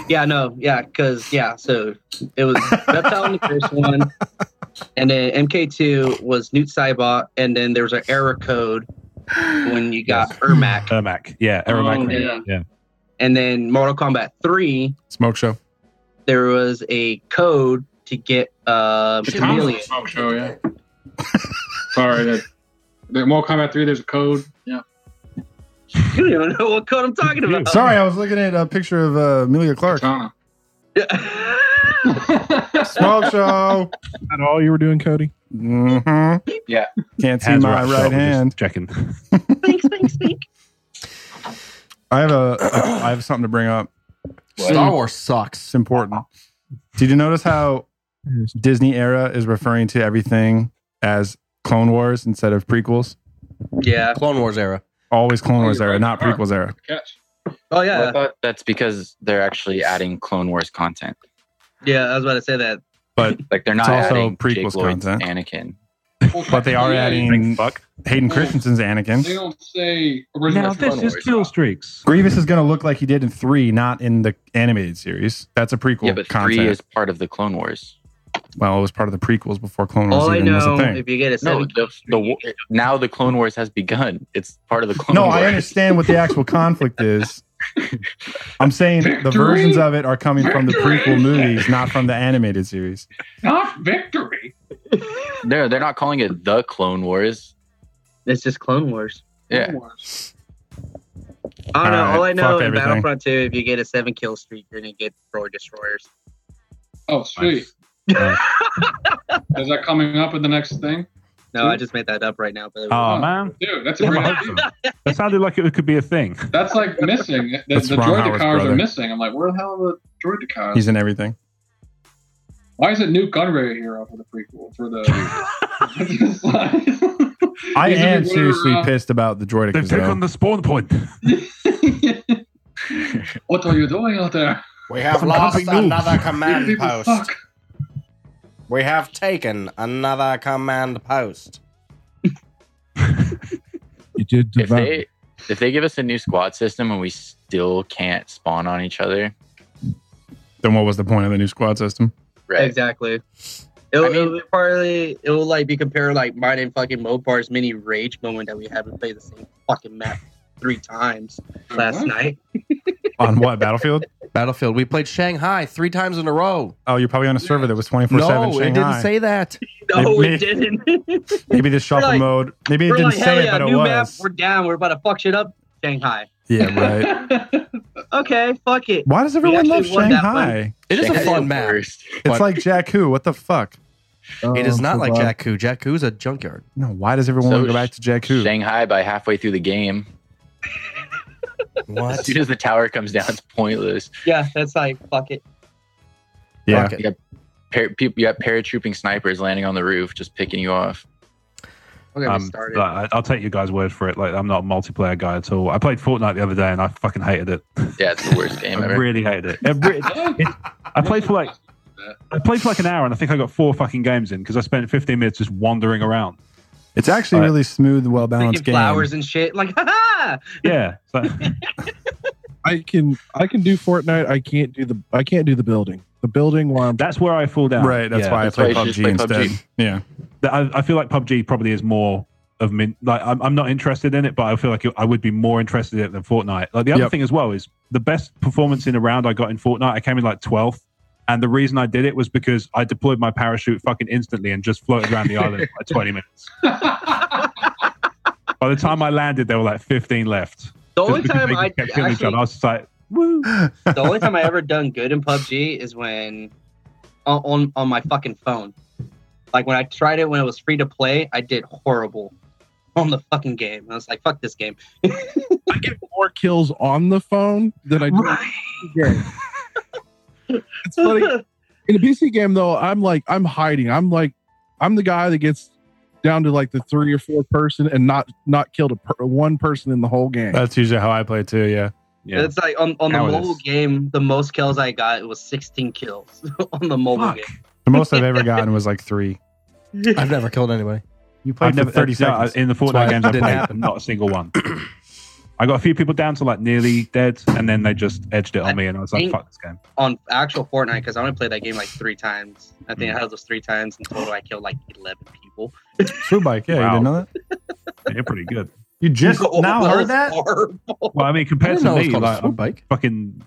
Yeah, no, yeah, because yeah, so it was Reptile in the first one, and then MK2 was Newt Cybot, and then there was an error code when you got Ermac, Ermac. Yeah. Oh, Ermac. yeah. yeah. and then Mortal Kombat 3 Smoke Show. there was a code to get uh, The Thomas Chameleon. Smoke show, yeah. Sorry, that, that Mortal Kombat 3, there's a code. Yeah. You don't even know what code I'm talking about. Sorry, I was looking at a picture of uh, Amelia Clark. Katana. Smoke Show. Is that all you were doing, Cody? Mm-hmm. Yeah. Can't see Hands were my up, so right we're just hand. Checking. Speak, speak, speak. I have a. I have something to bring up. Star Wars sucks. It's important. Did you notice how Disney era is referring to everything as Clone Wars instead of prequels? Yeah. Clone Wars era. Always Clone Wars Oh, you're era, right. not prequels era. Catch. Oh yeah, I thought that's because they're actually adding Clone Wars content. yeah. I was about to say that. But Like they're not It's also adding prequels prequels Lloyd's content. Anakin. But they are Yeah, adding Hayden Christensen's They Anakin. don't say original. Now this Clone is Wars. kill streaks. Grievous is going to look like he did in three, not in the animated series. That's a prequel Yeah, but content. three is part of the Clone Wars. well, it was part of the prequels before Clone Wars All I even was a know, thing. if you get a No, seven, the, the wa- now the Clone Wars has begun. It's part of the Oh, Clone No, Wars. I understand what the actual conflict is. I'm saying the Victory! versions of it are coming from the Victory! prequel movies, not from the animated series. Not victory. They're they're not calling it the Clone Wars. it's just Clone Wars. Yeah, Clone Wars. I don't know. Alright, All I know fuck in everything. Battlefront 2, if you get a seven kill streak, you're gonna get destroy destroyers. Oh, sweet. Is that coming up in the next thing? No, I just made that up right now. But it Oh was- man, Dude, that's a Damn, great I idea. hope so. that sounded like it could be a thing. That's like missing. The, That's the Ron droid Howard's cars brother. are missing. I'm like, where the hell are the droid cars? He's in everything. Why is it Newt Gunray here for the prequel? For the. I He's in am the seriously water, uh, pissed about the They've Droidicas taken though. the spawn point. what are you doing out there? We have I'm lost pumping noob. another command You people post. suck. We have taken another command post. You did if devour. they if they give us a new squad system and we still can't spawn on each other, Then what was the point of the new squad system? right? Exactly. It'll, I mean- it'll be partly it'll like be compared like mine and fucking Mopar's mini rage moment that we haven't played the same fucking map three times last What? night. On what battlefield? Battlefield. We played Shanghai three times in a row. Oh, you're probably on a server that was 24 seven. No, it didn't say that. No, They- we didn't. we're Maybe the shuffle like- mode. Maybe it didn't like, hell say yeah, it, but it new map, was. we're down, we're about to fuck shit up, Shanghai. Yeah, right. Okay, fuck it. Why does everyone actually love won that one. Shanghai? It is a Shanghai's fun the map. worst. It's like Jakku. What Oh, the fuck? It is Um, not like survive. Jakku. Jakku's a junkyard. No, why does everyone So want to go back to Jakku? Shanghai by halfway through the game. As What? soon as the tower comes down, it's pointless. Yeah, that's like fuck it. yeah, Fuck it. Par- peop you got paratrooping snipers landing on the roof, just picking you off. We're gonna Um, start it. like, I- I'll take your guys' word for it. Like I'm not a multiplayer guy at all. I played Fortnite the other day and I fucking hated it. Yeah, it's the worst game I ever. really hated it. It re- I played for like I played for like an hour and I think I got four fucking games in because I spent 15 minutes just wandering around. it's actually Alright. really smooth, well balanced game. Thinking flowers and shit. Like, ha Yeah, so, I can I can do Fortnite. I can't do the I can't do the building. The building while I'm that's where I fall down. Right, that's Yeah. why that's I play why you should PUBG just play instead. PUBG. Yeah, That- I, I feel like PUBG probably is more of me. Like I'm, I'm not interested in it, but I feel like I would be more interested in it than Fortnite. Like the other Yep. thing as well is the best performance in a round I got in Fortnite. I came in like 12th, and the reason I did it was because I deployed my parachute fucking instantly and just floated around the island for like 20 minutes. By the time I landed, there were like 15 left. The Just only because time they I kept killing each actually other, I was just like, woo. the only time I ever done good in PUBG is when on, on on my fucking phone. Like when I tried it when it was free to play, I did horrible on the fucking game. I was like, fuck this game. I get more kills on the phone than I do in the game. it's funny. In a PC game though, I'm like I'm hiding. I'm like I'm the guy that gets down to like the three or four person and not not killed a per, one person in the whole game. that's usually how I play too. Yeah, Yeah. It's like on, on the Now it mobile is. game, the most kills I got was 16 kills on the mobile Fuck. game. the most I've ever gotten was like three. I've never killed anybody. You played I've never for thirty no, seconds. in the why Fortnite it games I didn't played. happen. Not a single one. I got a few people down to like nearly dead, and then they just edged it on me, and I was like, think- "Fuck this game." On actual Fortnite, because I only played that game like three times. I think I Mm. had those three times in total. I killed like 11 people. True bike. Yeah, Wow. you didn't know that. You're pretty good. You just Oh, now that heard was that. horrible. Well, I mean, I compared didn't to know it me, was called like a swoop I'm bike. fucking.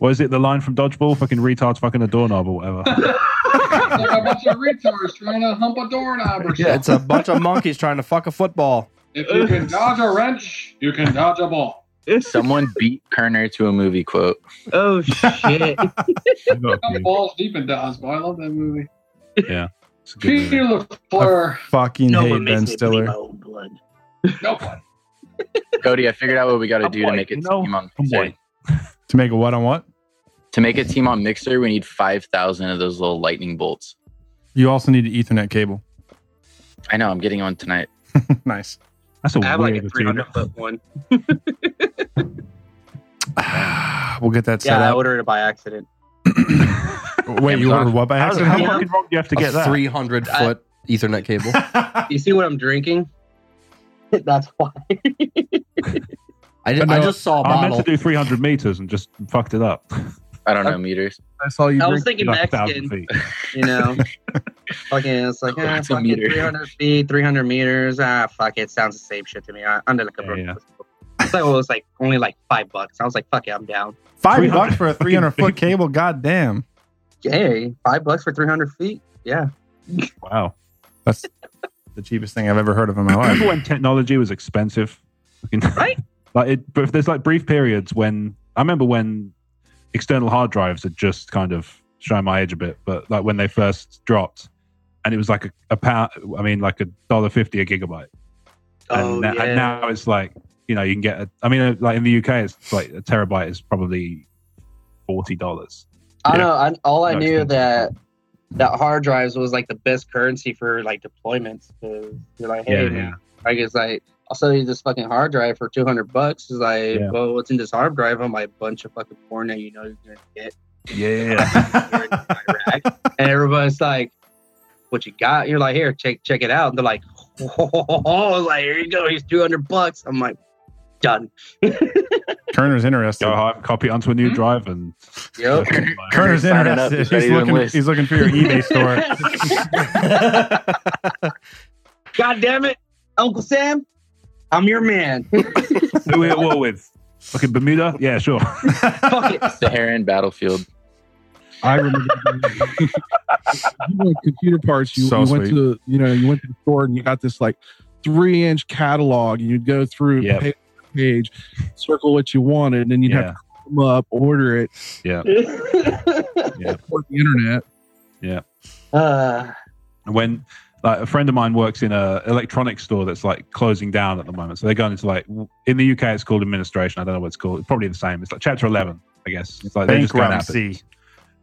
What is it? The line from Dodgeball? Fucking retards, fucking a doorknob or whatever. It's like a bunch of retards trying to hump a doorknob or something. Yeah, it's a bunch of monkeys trying to fuck a football. If you can dodge a wrench, you can dodge a ball. Someone beat Kerner to a movie quote. Oh, shit. Come balls deep into us, boy. I love that movie. It's a good movie. Feel the floor. Fucking no hate one Ben makes me bleed my Stiller. own Oh, blood. No one. Cody, I figured out what we got to I'm do to white, make it you know? seem on I'm sorry, white. To make a what on what? To make a team on Mixer, we need 5,000 of those little lightning bolts. You also need an Ethernet cable. I know, I'm getting on tonight. nice. That's a I have like a weird 300 foot one. We'll get that set Yeah, I up. ordered it by accident. Wait, you Amazon. ordered what by How- accident? how Yeah. fucking wrong do you have a 300 I- foot Ethernet cable. You see what I'm drinking? That's why. I, But did, I no, just saw a I meant bottle. to do 300 meters and just fucked it up. I don't know meters. I saw you. I was drink thinking like 1,000 Mexican. feet. You know, fucking, it's like, ah, That's a fucking meter. 300 feet, 300 meters. Ah, fuck it. Sounds the same shit to me. I, I'm like a Yeah, broke. yeah. So it was like only like five bucks. I was like, fuck it, I'm down. Five 300 bucks for a 300 foot fucking cable. God damn. Yay, five bucks for 300 feet? Yeah. Wow. That's the cheapest thing I've ever heard of in my life. Remember when technology was expensive? Right. like it, but there's like brief periods when I remember when external hard drives had just kind of shown my age a bit, but like when they first dropped, and it was like a, a pound. I mean, like a dollar fifty a gigabyte. And, oh, na- yeah. and now it's like you know you can get. A, I mean, uh, like in the UK, it's like a terabyte is probably forty dollars. I know. I, all I No, knew expensive. that that hard drives was like the best currency for like deployments because you're like, hey, Yeah, man, yeah. like it's like I'll sell you this fucking hard drive for two hundred bucks. It's like, Yeah. well, what's in this hard drive? I'm like a bunch of fucking porn that you know you're gonna get. Yeah. You're in Iraq. and everybody's like, what you got? you're like, here, check check it out. And they're like, oh, like here you go, he's two hundred bucks. I'm like, done. Kerner's interested. Go home, copy it onto a new drive, and Yep. Kerner's Sign it up. interested. He's He's, ready to looking, enlist. he's looking for your eBay store. God damn it, Uncle Sam, I'm your man. who we at war with? Fucking Bermuda? Yeah, sure. Fuck it. Saharan battlefield. I remember you know, like computer parts. You, So you went sweet. to you know you went to the store and you got this like three inch catalog, and you'd go through Yep. page, by page, circle what you wanted, and then you'd Yeah. have to come up, order it, on the internet. uh, when like a friend of mine works in a electronics store that's like closing down at the moment so they're going into like w- in the uk it's called administration i don't know what it's called it's probably the same it's like chapter 11 i guess it's like they're just going at it. Bankruptcy.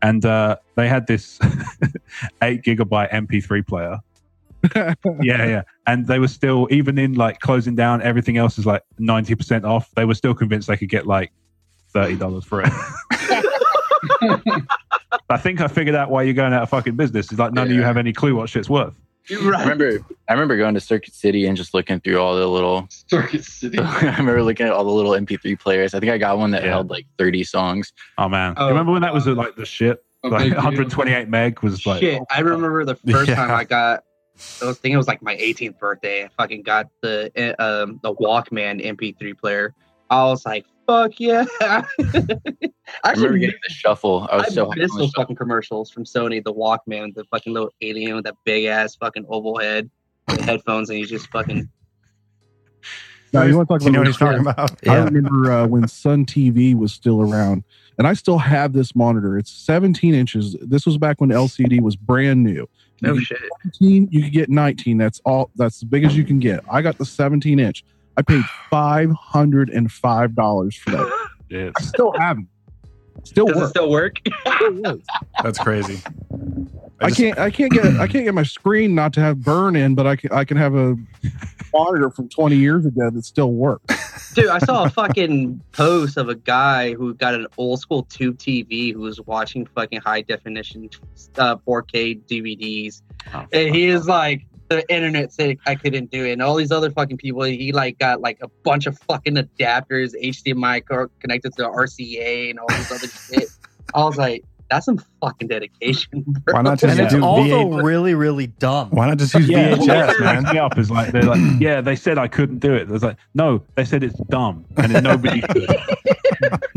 and uh, they had this 8 gigabyte mp3 player yeah yeah and they were still even in like closing down everything else is like 90% off they were still convinced they could get like $30 for it i think i figured out why you're going out of fucking business is like none of you Yeah. have any clue what shit's worth you're I right. remember I remember going to Circuit City and just looking through all the little Circuit City. I remember looking at all the little MP3 players. I think I got one that Yeah. held like 30 songs. Oh man, Oh, remember when that was uh, like the shit? A Like big deal. 128 meg was like Shit, I remember the first Yeah. time I got. I was thinking it was like my 18th birthday. I fucking got the uh, um the Walkman MP3 player. I was like, "Fuck yeah!" I I remember actually getting the shuffle. I was I so hyped missed on the those shuffle. fucking commercials from Sony, the Walkman, the fucking little alien with that big ass fucking oval head, with headphones, and you just fucking Now, you want to talk You know what he's about talking about? I Yeah. remember uh, when Sun TV was still around, and I still have this monitor. It's 17 inches. This was back when LCD was brand new. no shit. 19, you could get 19. That's all. That's the biggest you can get. I got the 17 inch. I paid five hundred and five dollars for that. shit. I still haven't. Still Does it works. still work? That's crazy. I just- can't. I can't get. I can't get my screen not to have burn in, but I can. I can have a monitor from 20 years ago that still works. Dude, I saw a fucking post of a guy who got an old school tube TV who was watching fucking high definition uh, 4K DVDs, Oh, and he is like, the internet said I couldn't do it, and all these other fucking people. He like got like a bunch of fucking adapters, HDMI co- connected to RCA, and all this other shit. I was like, that's some fucking dedication, bro. Why not just and it's do also VH? really, really dumb. Why not just use Yeah, VHS, cracks man? me up is like they're like, yeah, they said I couldn't do it. There's like, no, they said it's dumb, and then nobody. could.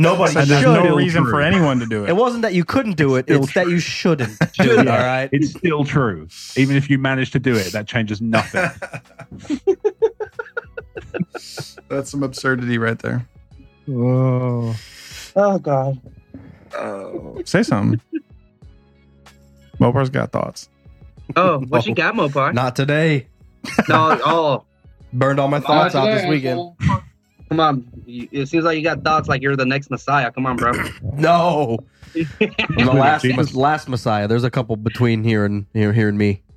Nobody And there's should. no reason true. for anyone to do it it. wasn't that you couldn't do it. It's that you shouldn't do it. All right. It's still true, even if you manage to do it, that changes nothing. That's some absurdity right there. Oh, Oh god, Say something. Mobar's got thoughts. oh, what you got, Mopar? Not today. No, oh, Burned all my thoughts out this weekend. come on. You- It seems like you got thoughts like you're the next Messiah. Come on, bro. No, I'm the last last Messiah. There's a couple between here and here, here and me.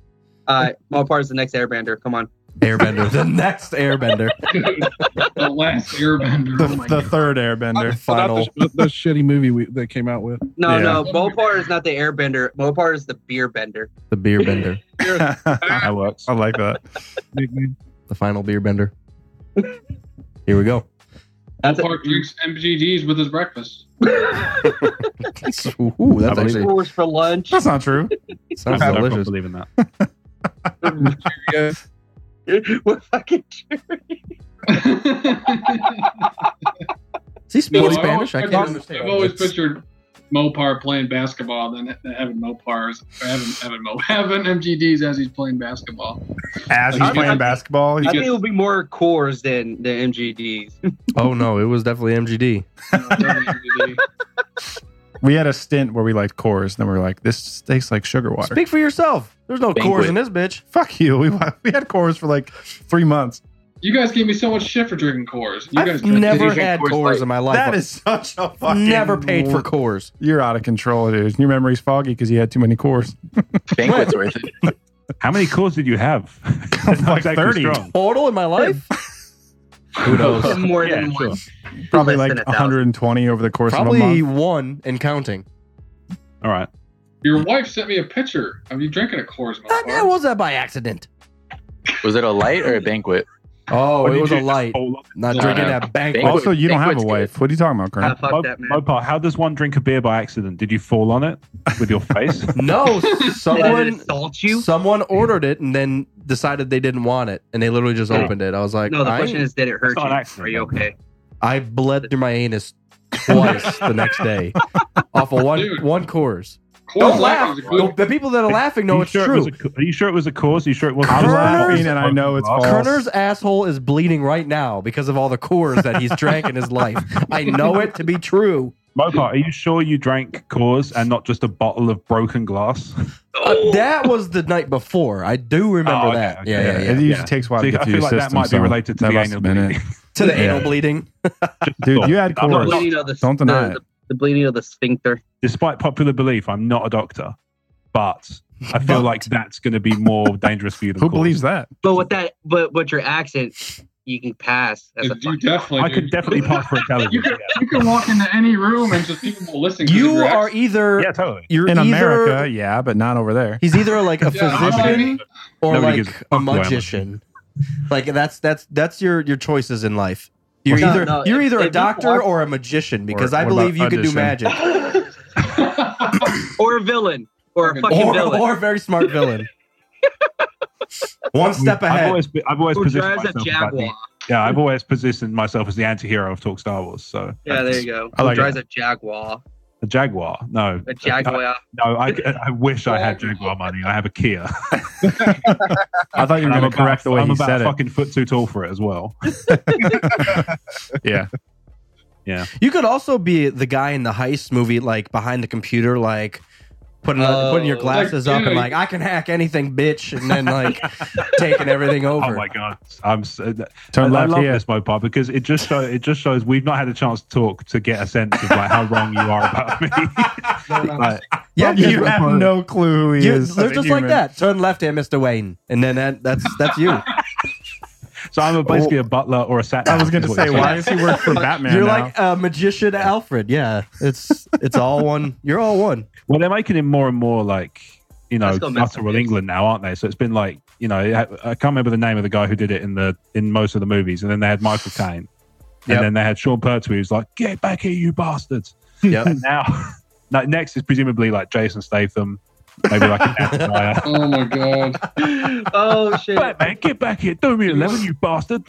Uh, all part is the next Airbender. Come on. Airbender, the next Airbender, the last Airbender. Oh The, the third Airbender, final. The, the shitty movie we, they came out with. No, no. Mopar is not the Airbender. Mopar is the beer bender. the beer bender, that works. I like that. Nickname. the final beer bender. Here we go. That's it. Park drinks MGDs with his breakfast. Ooh, that's I believe actually Course for lunch. That's not true. sounds I don't delicious. believe in that. With fucking Is he No, speaking I've Spanish? I always- can't I've understand. always That's- pictured Mopar playing basketball, then having Mopars, having having, Mo, having MGDs as he's playing basketball. As he's I- playing I- basketball, I he's think it would be more cores than the MGDs. Oh no, it was definitely MGD. You know, WWD. we had a stint where we liked cores, and then we were like, this tastes like sugar water. Speak for yourself. There's no Banquet. cores in this bitch. Fuck you. We, we had cores for like three months. you guys gave me so much shit for drinking Coors. You guys I've drank- never did you drink had Coors cores Light? in my life. That is such a fucking. never paid for cores. You're out of control, dude. Your memory's foggy because you had too many cores. Banquet's worth it. How many calls did you have? That's not Like exactly 30. strong. Total in my life. Who knows? more Yeah, than sure. one. Probably Less like than a thousand. 120 over the course of a Probably month. one and counting. All right. Your wife sent me a picture of you drinking a Coors. That, that Mopar. was that by accident. Was it a light or a banquet? Oh, Or it did was you a just light. hold on? Not No, drinking no. that bank. Banquet. Also, you don't have a Banquet's wife. What are you talking about, Grant? Ah, fuck Mo- that man. Mopar, how does one drink a beer by accident? Did you fall on it with your face? No, Did it someone assault you? someone ordered it and then decided they didn't want it, and they literally just Yeah. opened it. I was like, no, the I, question is, did it hurt It's not you? an accident. Are you okay? I bled through my anus twice the next day off of one Dude. one course. Coors Don't Light laugh. was a good- Don't- the people that are laughing know Are you it's sure It true. was a, co- are you sure it was a cause? Are you sure it wasn't? I'm a- laughing and I know it's false. Kerner's asshole is bleeding right now because of all the cores that he's drank in his life. I know it to be true. Mopar, are you sure you drank cause and not just a bottle of broken glass? Oh, Uh, that was the night before. I do Oh, remember okay, that. okay, yeah, yeah, okay. yeah. It usually Yeah. takes a while to See, get I through feel your like that system. might be so related to the must have anal been it. To the Yeah. anal bleeding. Dude, you had I'm not- cores. bleeding of the, Don't deny the, it. the bleeding of the sphincter. Despite popular belief, I'm not a doctor, but I feel But- like that's going to be more dangerous for you than Who cause. believes that? But with that, but with your accent, you can pass as a You fucking- definitely. I do. could definitely pass for You intelligence. could, you could walk into any room and just people will listen. 'cause of You your are accent. either yeah, totally. you're In either America, yeah, but not over there. he's either like a Yeah, I'm physician like- or Nobody like gives a a fuck who I am. magician. Like that's that's that's your your choices in life. You're No, either no, you're if- either if a you doctor want- or a magician because I what about believe you can do audition? magic or a villain or a Or- fucking or, villain or a very smart villain. One step I've ahead. always, be- I've always who positioned drives a myself. as like jaguar. the, yeah, I've always positioned myself as the anti-hero of Talk Star Wars. So Yeah, there you go. I like who drives a jaguar? A jaguar? No, A jaguar. No, I, I wish I had jaguar money. I have a Kia. I thought you were I'm going about- to correct the way I'm he about said it. a fucking foot too tall for it as well. Yeah. You could also be the guy in the heist movie, like behind the computer, like putting putting your Oh. glasses Like, up and dude. like I can hack anything, bitch, and then like taking everything over. Oh my god, I'm. So, I, I Turn left love here. this Mopar because it just show, it just shows we've not had a chance to talk to get a sense of like how wrong you are about me. Like, yeah, You, you, you, have no clue who he is. they're as a just human. like that. Turn left here, Mister Wayne, and then that, that's that's you. so I'm a, basically a butler or a sat. I was going to say, why does he work for Batman? you're now? like a magician, Alfred. Yeah, it's it's all one. You're all one. Well, they're making him more and more like you know Let's go mess guttural with this. England now, aren't they? So it's been like you know I, I can't remember the name of the guy who did it in the in most of the movies, and then they had Michael Caine, and Yep. then they had Sean Pertwee who's like, "Get back here, you bastards!" Yep. And now, no, next is presumably like Jason Statham, maybe like a Natalia. Oh my god! oh shit! Batman, get back here! Don't be eleven, you bastard!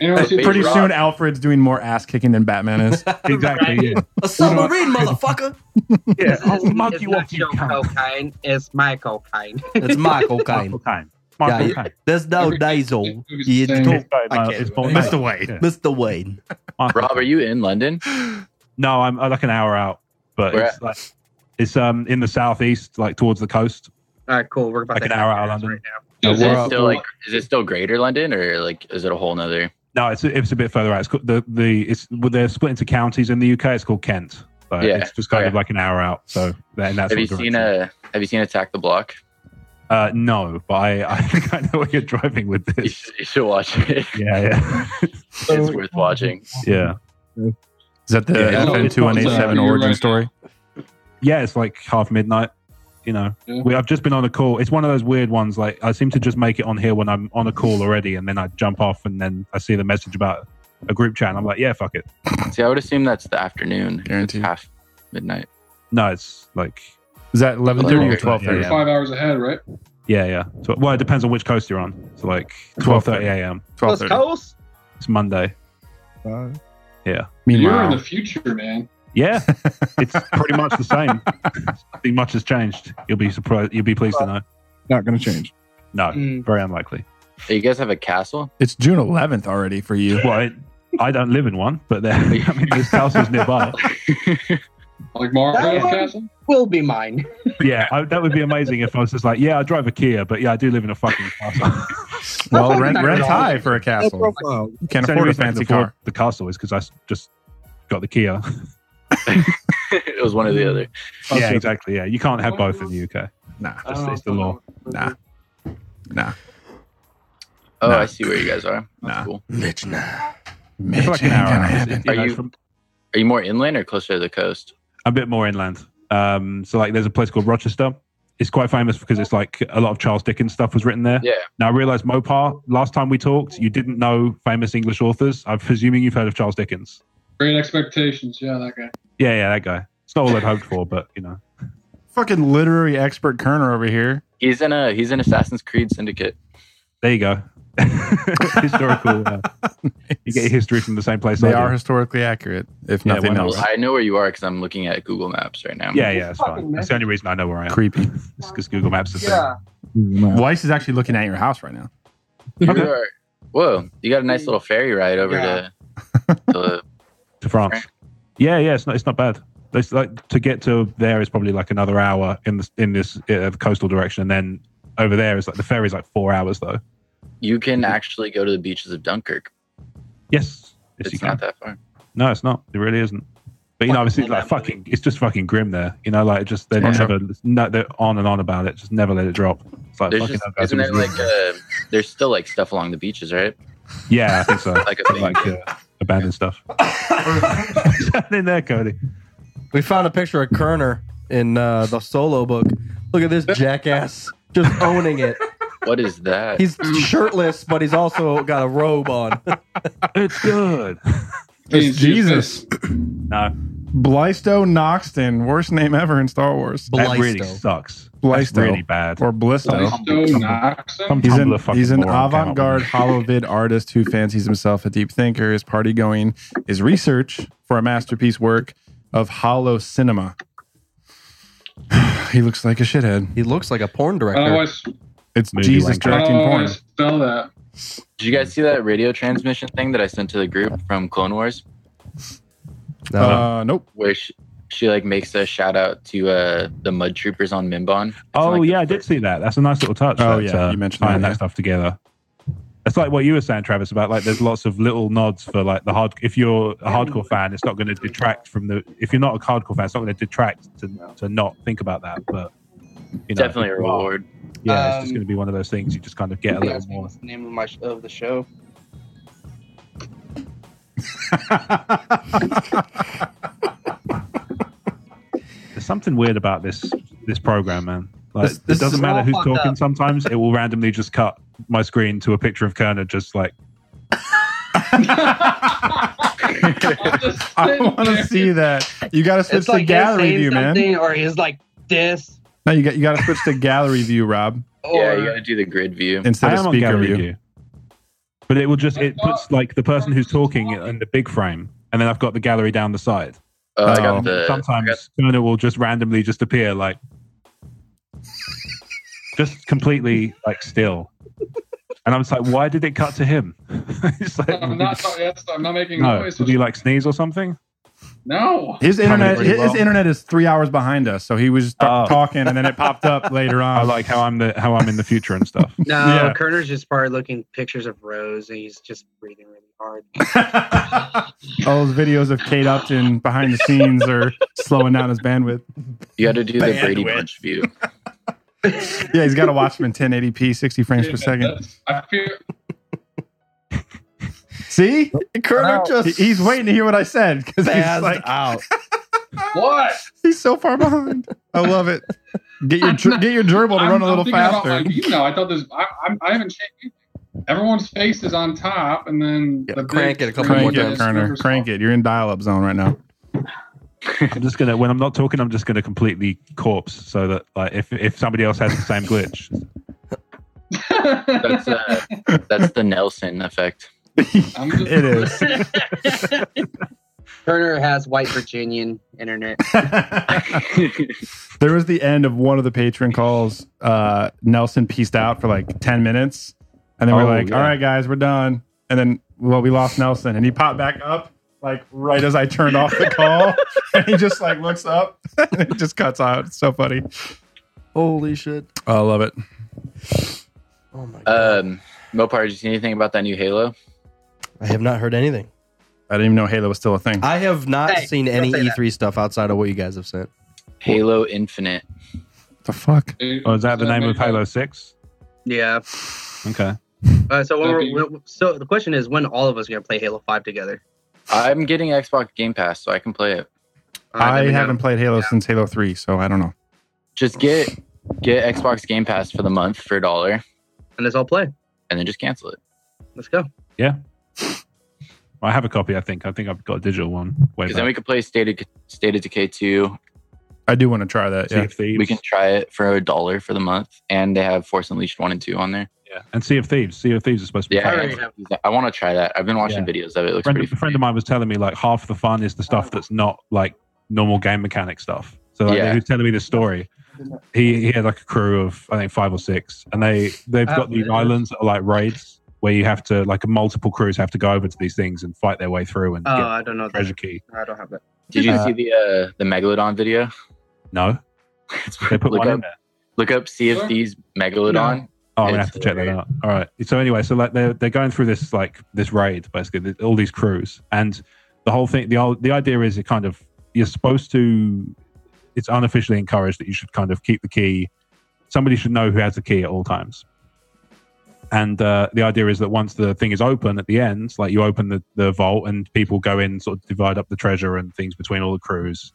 Anyone see Pretty the- soon, Alfred's doing more ass kicking than Batman is. Exactly. Yeah. A submarine, motherfucker. yeah. I'll It's- mug it's you not up, you your cunt. cocaine. It's my cocaine. It's Michael Michael Caine. Caine. Michael Yeah, Caine. There's no diesel. You don't, Sorry, I Michael- uh, can't- it's Paul- Mr. Wayne. Yeah. Mister Wayne. Michael Rob, are you in London? No, I'm uh, like an hour out, but Where it's, like, it's um in the southeast, like towards the coast. All right, cool. We're about to Like an have hour out of this London. right now. Is we're it up- still we're- like is it still Greater London or like is it a whole nother? No, it's it's a bit further out. It's called, the the it's well, they're split into counties in the UK. It's called Kent. So Yeah. it's just kind of like an hour out. So that, and that's have what you direction- seen uh, a Have you seen Attack the Block? Uh, no, but I, I think I know what you're driving with this. You should watch it. Yeah, yeah, it's worth watching. yeah. Is that the Yeah, it's- FN two one eight seven it's- origin you're story? Yeah, it's like half midnight. You know, we, I've just been on a call. It's one of those weird ones. Like I seem to just make it on here when I'm on a call already, and then I jump off, and then I see the message about a group chat, and I'm like, yeah, fuck it. See, I would assume that's the afternoon. It's half midnight. No, it's like Is that eleven thirty or Yeah, twelve thirty? yeah. Five hours ahead, right? Yeah, yeah. So, well, it depends on which coast you're on. So like twelve thirty a.m. Twelve thirty. It's Monday. Yeah. You're in the future, man. Yeah, it's pretty much the same. Nothing much has changed. You'll be surprised. You'll be pleased to know. Not going to change. No, Mm, very unlikely. Hey, you guys have a castle? It's June eleventh already for you. Well, it, I don't live in one, but there, I mean, there's houses nearby. Like Marvel That one Castle? will be mine. Yeah, I, that would be amazing if I was just like, yeah, I drive a Kia, but yeah, I do live in a fucking castle. Well, rent rent's high for a castle. You can't The only afford a reason I can fancy afford car. The castle is because I s- just got the Kia. it was one or the other. yeah, exactly. Yeah, you can't have both in the UK. Nah, it's, it's the law. Nah. Nah. Oh, Nah. I see where you guys are. That's cool. Mitch, nah. It's like an hour. It's- it's, Are know, you from- Are you more inland or closer to the coast? a bit more inland. Um, so like, there's a place called Rochester. It's quite famous because it's like a lot of Charles Dickens stuff was written there. Yeah. Now I realized Mopar. Last time we talked, you didn't know famous English authors. I'm presuming you've heard of Charles Dickens. Great expectations. Yeah, that guy. Yeah, yeah, that guy. It's not all I'd hoped for, but you know. Fucking literary expert Kerner over here. He's in a he's in Assassin's Creed Syndicate. There you go. Historical. Uh, You get your history from the same place. They I do. are historically accurate, if Yeah, nothing why not? else. I know where you are because I'm looking at Google Maps right now. Oh, Yeah, yeah, it's fine. That's the only reason I know where I am. Creepy. It's because Google Maps is there. Weiss is actually looking at your house right now. You are, whoa, you got a nice little ferry ride over to, to to France. Yeah, yeah, it's not it's not bad. It's like to get to there is probably like another hour in this in this uh, coastal direction, and then over there is like the ferry's like four hours though. you can actually go to the beaches of Dunkirk. Yes, yes you It's can. not that far. No, it's not. It really isn't. But you know, obviously, like fucking, it's just fucking grim there. You know, like just they Yeah. never, no, they're on and on about it. Just never let it drop. It's like There's fucking just, those guys isn't who there was- like uh there's still like stuff along the beaches, right? yeah, I think so. Like a thing. like uh, abandoned stuff. in there, Cody. We found a picture of Kerner in uh, the solo book. Look at this jackass just owning it. What is that? He's shirtless, but he's also got a robe on. It's good. It's Jesus. No, Blisto Noxton, worst name ever in Star Wars. that really sucks. That's Blisto. really bad. Or Blisto. Blisto Knox. Some He's an, Tumblr fucking he's an moron came up with avant garde holovid artist who fancies himself a deep thinker. His party going is research for a masterpiece work of hollow cinema. he looks like a shithead. He looks like a porn How do I, director. Uh, s- It's Movie Jesus wanker. directing Oh, how do I porn. spell that? Did you guys see that radio transmission thing that I sent to the group from Clone Wars, Uh-huh. Uh, nope. where she, she like makes a shout out to uh, the mud troopers on Mimbon? It's Oh like- yeah, I did see that. That's a nice little touch. Oh, that, yeah, uh, you mentioned tying that, that yeah. stuff together. It's like what you were saying, Travis, about like there's lots of little nods for like the hard. If you're a hardcore fan, it's not going to detract from the. If you're not a hardcore fan, it's not going to detract to to not think about that. But you know, definitely a if you are, reward. Yeah, it's just Um, going to be one of those things you just kind of get a You little asked me more. what's the name of my sh- of the show. There's something weird about this this program, man. Like This- this it doesn't is matter all who's fucked talking. up. Sometimes it will randomly just cut my screen to a picture of Kerner just like I want to see that. You got to switch It's to like he's gallery saying view, man. something, or he's like this. No, you got you got to switch to gallery view, Rob, Or yeah, you got to do the grid view. instead I of am on speaker gallery view. view. But it will just it puts like the person who's talking in the big frame, and then I've got the gallery down the side. Oh, I Oh. got the I got- Sometimes Turner will just randomly just appear like just completely like still. And I'm just like, why did it cut to him? it's like, I'm not, yes, I'm not making no, noise. did he like sneeze or something? No. His internet, pretty his, well. Oh. internet is three hours behind us, so he was t- talking, and then it popped up later on. I like how I'm the how I'm in the future and stuff. No, Yeah. Kerner's just probably looking pictures of Rose, and he's just breathing really hard. All those videos of Kate Upton behind the scenes are slowing down his bandwidth. You got to do the Brady Bandwidth. Bunch view. Yeah, he's got to watch them in 1080p, 60 frames per second. I feel See, Kerner just He- he's waiting to hear what I said because he's Spazzed like, out. what? he's so far behind. I love it. Get your dr- get your gerbil to I'm- run a I'm little thinking about my faster. view now. I thought this. I, I'm, I haven't changed. anything. Everyone's face is on top, and then the big crank it a couple screen Crank it, is- Kerner. Crank it. You're in dial-up zone right now. I'm just gonna when I'm not talking, I'm just gonna completely corpse so that like if if somebody else has the same glitch, That's uh, that's the Nelson effect. I'm just, It is. Kerner has white Virginian internet. Um, there was the end of one of the patron calls. Uh, Nelson pieced out for like 10 minutes. And then Oh, we're like, yeah. all right, guys, we're done. And then, well, we lost Nelson. And he popped back up, like right as I turned off the call. and he just like looks up and it just cuts out. It's so funny. Holy shit. Oh, I love it. Oh my god. Uh, Um, Mopar, did you see anything about that new Halo? I have not heard anything. I didn't even know Halo was still a thing. I have not Hey, seen don't any say that. E3 stuff outside of what you guys have sent. Halo Infinite. the fuck? or Oh, is that the name of make- Halo Six? Yeah. Okay, Uh, so when That'd we're, we so the question is, when all of us are gonna play Halo Five together? I'm getting Xbox Game Pass, so I can play it. Uh, I let me know. haven't played Halo since Halo 3, so I don't know. Just get get Xbox Game Pass for the month for a dollar, and let's all play. and then just cancel it Let's go. I have a copy. I think I think I've got a digital one. Wait, because then we could play State of, State of Decay two. I do want to try that. Sea Yeah. of Thieves. We can try it for a dollar for the month, and they have Force Unleashed one and two on there. yeah. and Sea of Thieves. Sea of Thieves is supposed to be. Yeah, I I, already have- want to try that. I've been watching Yeah. videos of it. it looks friend, pretty. a friend of mine was telling me like half the fun is the Oh. stuff that's not like normal game mechanic stuff. So like, Yeah. he was telling me the story. He, he had like a crew of I think five or six, and they they've Oh, got these yeah. islands that are like raids where you have to like multiple crews have to go over to these things and fight their way through and Oh, get I don't know. the treasure That. key. I don't have that. Did you Uh, see the uh, the Megalodon video? No, It's- they put look one up in there. look up Sea of Sure. Thieves Megalodon. Oh, I'm gonna It's have to check that hilarious. out. All right. So anyway, so like they're they're going through this like this raid basically, th- all these crews, and the whole thing. The whole- the idea is it kind of you're supposed to. It's unofficially encouraged that you should kind of keep the key. Somebody should know who has the key at all times. And uh, the idea is that once the thing is open at the end, like you open the, the vault and people go in, sort of divide up the treasure and things between all the crews.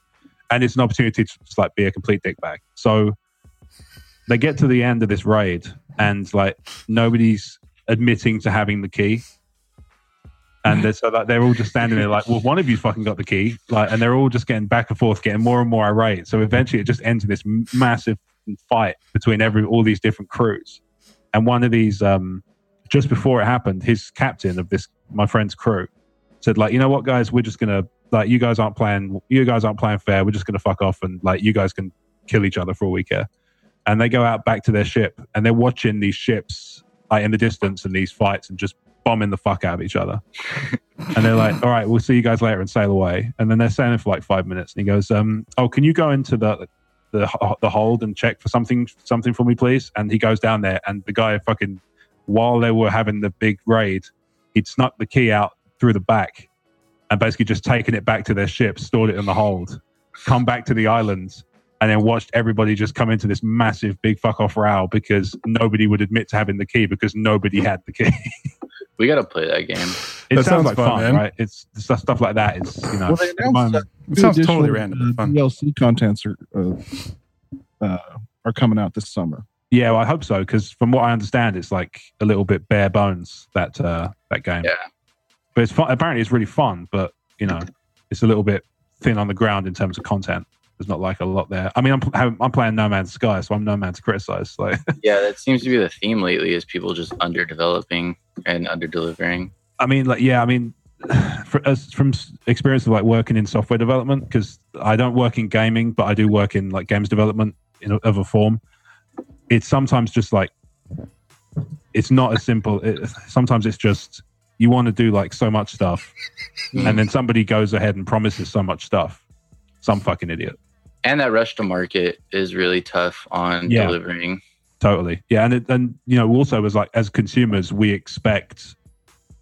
And it's an opportunity to just like be a complete dickbag. So they get to the end of this raid and like nobody's admitting to having the key and they're, so like they're all just standing there like well one of you's fucking got the key like and they're all just getting back and forth getting more and more irate so eventually it just ends in this m- massive fight between every all these different crews and one of these um just before it happened his captain of this my friend's crew said like you know what guys we're just gonna like you guys aren't playing you guys aren't playing fair we're just gonna fuck off and like you guys can kill each other for all we care and they go out back to their ship and they're watching these ships like in the distance and these fights and just bombing the fuck out of each other. and they're like, "All right, we'll see you guys later," and sail away. And then they're sailing for like five minutes, and he goes, um, "Oh, can you go into the the ho- the hold and check for something something for me, please?" And he goes down there, and the guy fucking while they were having the big raid, he'd snuck the key out through the back and basically just taken it back to their ship, stored it in the hold, come back to the islands, and then watched everybody just come into this massive big fuck off row because nobody would admit to having the key because nobody had the key. We gotta play that game. It That sounds, sounds like fun, fun, man. right? It's stuff, stuff like that. It's you know, Well, they at the moment- It Two sounds additional, totally random. but uh, Fun. DLC contents are uh, uh, are coming out this summer. yeah, well, I hope so because from what I understand, it's like a little bit bare bones that uh, that game. Yeah. but it's fun. Apparently, it's really fun, but you know, it's a little bit thin on the ground in terms of content. There's not like a lot there. I mean, I'm pl- I'm playing No Man's Sky, so I'm no man to criticize. Like, Yeah, that seems to be the theme lately is people just underdeveloping and underdelivering. I mean, like, yeah, I mean, for, as, from s- experience of like working in software development, because I don't work in gaming, but I do work in like games development in a, of a form. It's sometimes just like it's not as simple. It, sometimes it's just you want to do like so much stuff, and then somebody goes ahead and promises so much stuff. Some fucking idiot. and that rush to market is really tough on Yeah. delivering. Totally. Yeah, and it, and you know also as like as consumers we expect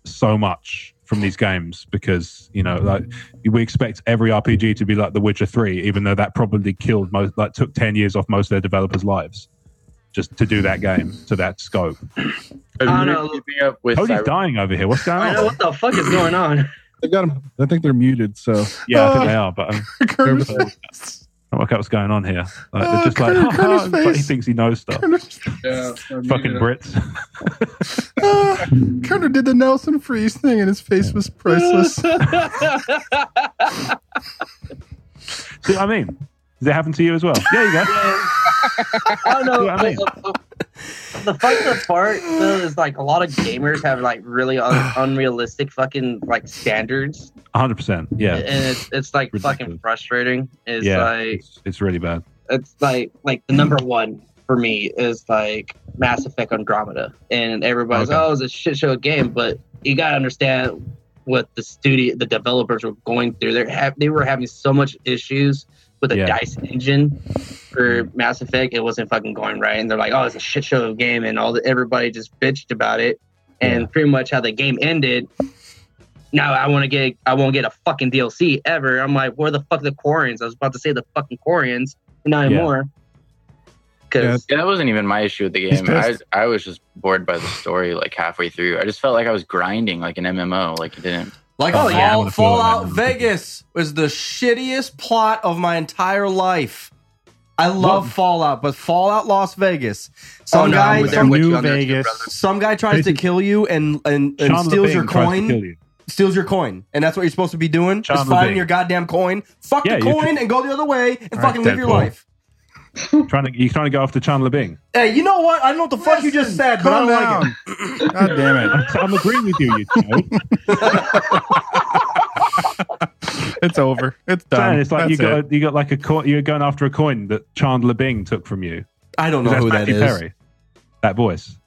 so much from these games because you know like we expect every RPG to be like The Witcher Three, even though that probably killed most like took ten years off most of their developers' lives just to do that game to that scope. I don't know. Cody's dying over here. What's going I know on? what the fuck is going on. They got them. I think they're muted. So Yeah, I think they are, but um, I don't work out what's going on here. Like, they're just like, Kermit- Kermit's but he face. thinks he knows stuff. Yeah, uh, they're Fucking muted. Brits. Ah, Kerner did the Nelson Freeze thing, and his face was priceless. See what I mean? Does it happen to you as well? There you go. I don't know. what I mean? the- the- The fucked up part though is like a lot of gamers have like really un- unrealistic fucking like standards, 100%. and Yeah. it's it's like fucking Ridiculous. frustrating. It's Yeah. like It's really bad. it's like like the number one for me is like Mass Effect Andromeda, and everybody's Okay. oh it's a shit show game, but you gotta understand what the studio, the developers were going through. They ha- they were having so much issues with a Yeah. dice engine for Mass Effect. It wasn't fucking going right, and they're like oh it's a shit show of a game, and all the everybody just bitched about it, and pretty much how the game ended. Now I want to get I won't get a fucking DLC ever. I'm like, where the fuck the Quarians? I was about to say the fucking Quarians, not Yeah. anymore. Because Yeah, that wasn't even my issue with the He's game. I was, pissed. I was just bored by the story like halfway through. I just felt like I was grinding like an MMO. Like it didn't. Like Oh, Fall, yeah, I wanna feel Fallout that. Vegas was the shittiest plot of my entire life. I love Fallout, but Fallout Las Vegas. Some Oh, no, guy, I'm with some, you New on that, Vegas. some guy tries to Basically- kill you and and, and Shaun steals LaBing your tries to coin. kill you. steals your coin, and that's what you're supposed to be doing. Shaun is finding LaBing. your goddamn coin. Fuck Yeah, the you coin and go the other way and All right, fucking live your Deadpool. life. trying to, you're trying to go after Chandler Bing. Hey, you know what? I don't know what the fuck you just said, but I Calm don't like down. God damn it. So I'm agreeing with you, you know. It's over. It's done. Saying It's like That's you got it. you got like a coin, you're going after a coin that Chandler Bing took from you. it. I don't know That's who that Matthew is. Perry. That voice.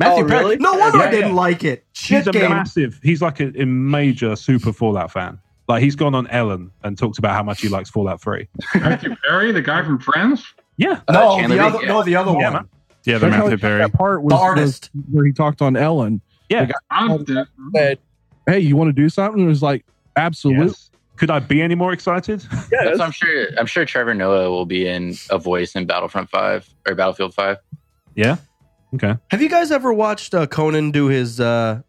Matthew Oh, Perry. really? No wonder Yeah, I didn't yeah. like it. Shit he's a game. massive. He's like a, a major super Fallout fan. Like he's gone on Ellen and talked about how much he likes Fallout Three. Matthew Perry, the guy from Friends. Yeah, no, Uh, Chandler Bing, the other, yeah. no, the other Yeah, one. man. Yeah, the That's how Matthew he got Perry. That part was The artist. was where he talked on Ellen. yeah. I'm dead. Said, "Hey, you want to do something?" And it was like, "Absolutely." Yes. Could I be any more excited? That's what I'm sure. I'm sure Trevor Noah will be in a voice in Battlefront Five or Battlefield Five. yeah. Okay. Have you guys ever watched uh, Conan do his? Uh,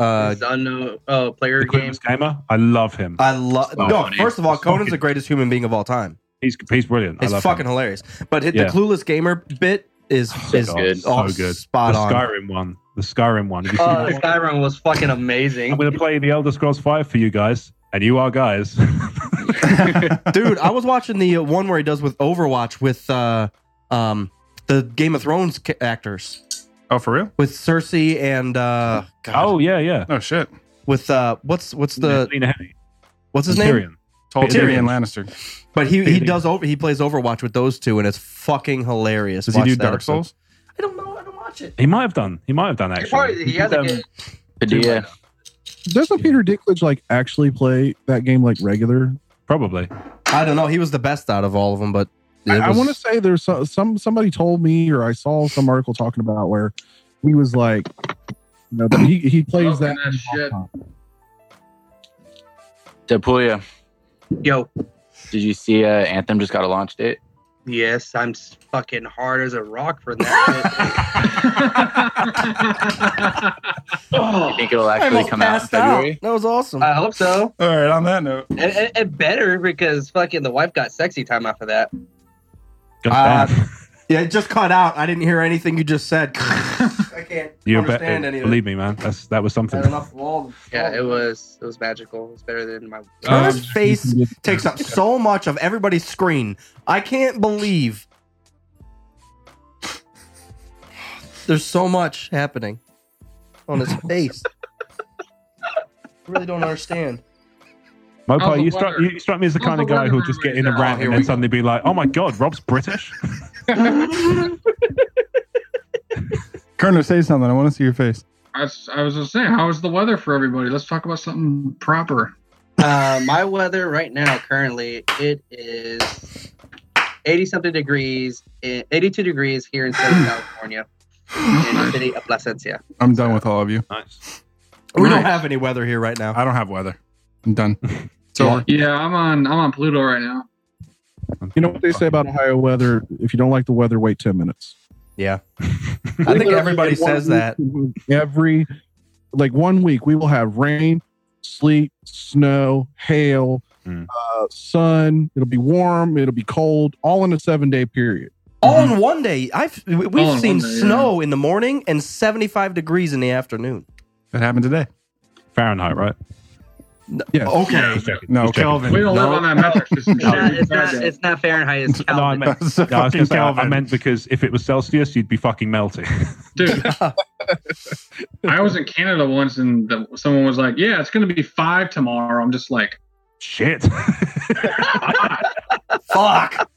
uh, it's unknown uh, player The game. Quickness Gamer. I love him. I love. Oh, No, funny. first of all, It's fucking- Conan's the greatest human being of all time. He's he's brilliant. I It's love fucking him. hilarious. But hit Yeah. the clueless gamer bit is is God, good. oh, so good. spot the on. Uh, Skyrim one. The Skyrim one. Have you seen Oh, that the one? Skyrim was fucking I'm amazing. going to play The Elder Scrolls Five for you guys, and you are guys. Dude, I was watching the uh, one where he does with Overwatch with uh, um, the Game of Thrones ca- actors Oh, for real? with Cersei and uh, God, oh yeah, yeah. Oh, shit. with uh, what's what's the Lena Headey. what's his And name? Tyrion. Told Tyrion. Tyrion Lannister. But he he Tyrion. does over he plays Overwatch with those two, and it's fucking hilarious. Does he Watch do that Dark episode. Souls? I don't know. I don't watch it. He might have done. He might have done actually. Probably- he did, has a um, good- Padilla. Doesn't Peter Dinklage like actually play that game like regular? probably. I don't know. He was the best out of all of them, but it I, I was- want to say there's some, some somebody told me or I saw some article talking about where he was like, you know, that he he plays Talking that. that shit. Tapulia. Yo, Did you see uh, Anthem just got a launch date? yes, I'm s- fucking hard as a rock for that. You think it'll I actually almost come out in passed out. February? That was awesome. shit. I hope so. All right, on that note. And, and, and better because fucking the wife got sexy time after that. God Uh, damn. yeah, it just cut out. I didn't hear anything you just said. I can't You're better. understand any of it. Believe me, man. That's that was something. Fair enough, wall- Yeah, it was it was magical. It was better than my. Turner's Um, face takes up so much of everybody's screen. I can't believe there's so much happening on his face. I really don't understand. How's Mopar, the you struck weather? you struck me as the How's kind of the guy who'll weather just get right in a now? rant Here and we then go. suddenly be like, "Oh my god, Rob's British." Kerner, say something. I want to see your face. I, was- I was just saying, how is the weather for everybody? Let's talk about something proper. Uh, my weather right now, currently, it is 80 something degrees, eh, 82 degrees here in Southern California, in the city of Placencia. I'm done with all of you. Nice. We don't have any weather here right now. I don't have weather. I'm done. So Yeah, I'm on I'm on Pluto right now. You know what they say about Ohio weather? If you don't like the weather, wait ten minutes. Yeah. I think everybody says that. Every like one week we will have rain, sleet, snow, hail, uh, sun. It'll be warm. It'll be cold. All in a seven day period. All in one day. I've we- we've All in seen one day, snow in the morning and 75 degrees in the afternoon. that happened today. Fahrenheit, right? Yeah. Okay. No, Just checking. Kelvin. We don't No. live on that metric system. It's not, it's not, it's not Fahrenheit, it's No, I Kelvin. meant, That's a no, I, was fucking gonna say, I- I Kelvin. meant because if it was Celsius, you'd be fucking melting. Dude, I was in Canada once, and the, someone was like, "Yeah, it's going to be five tomorrow." I'm just like, Shit. Fuck.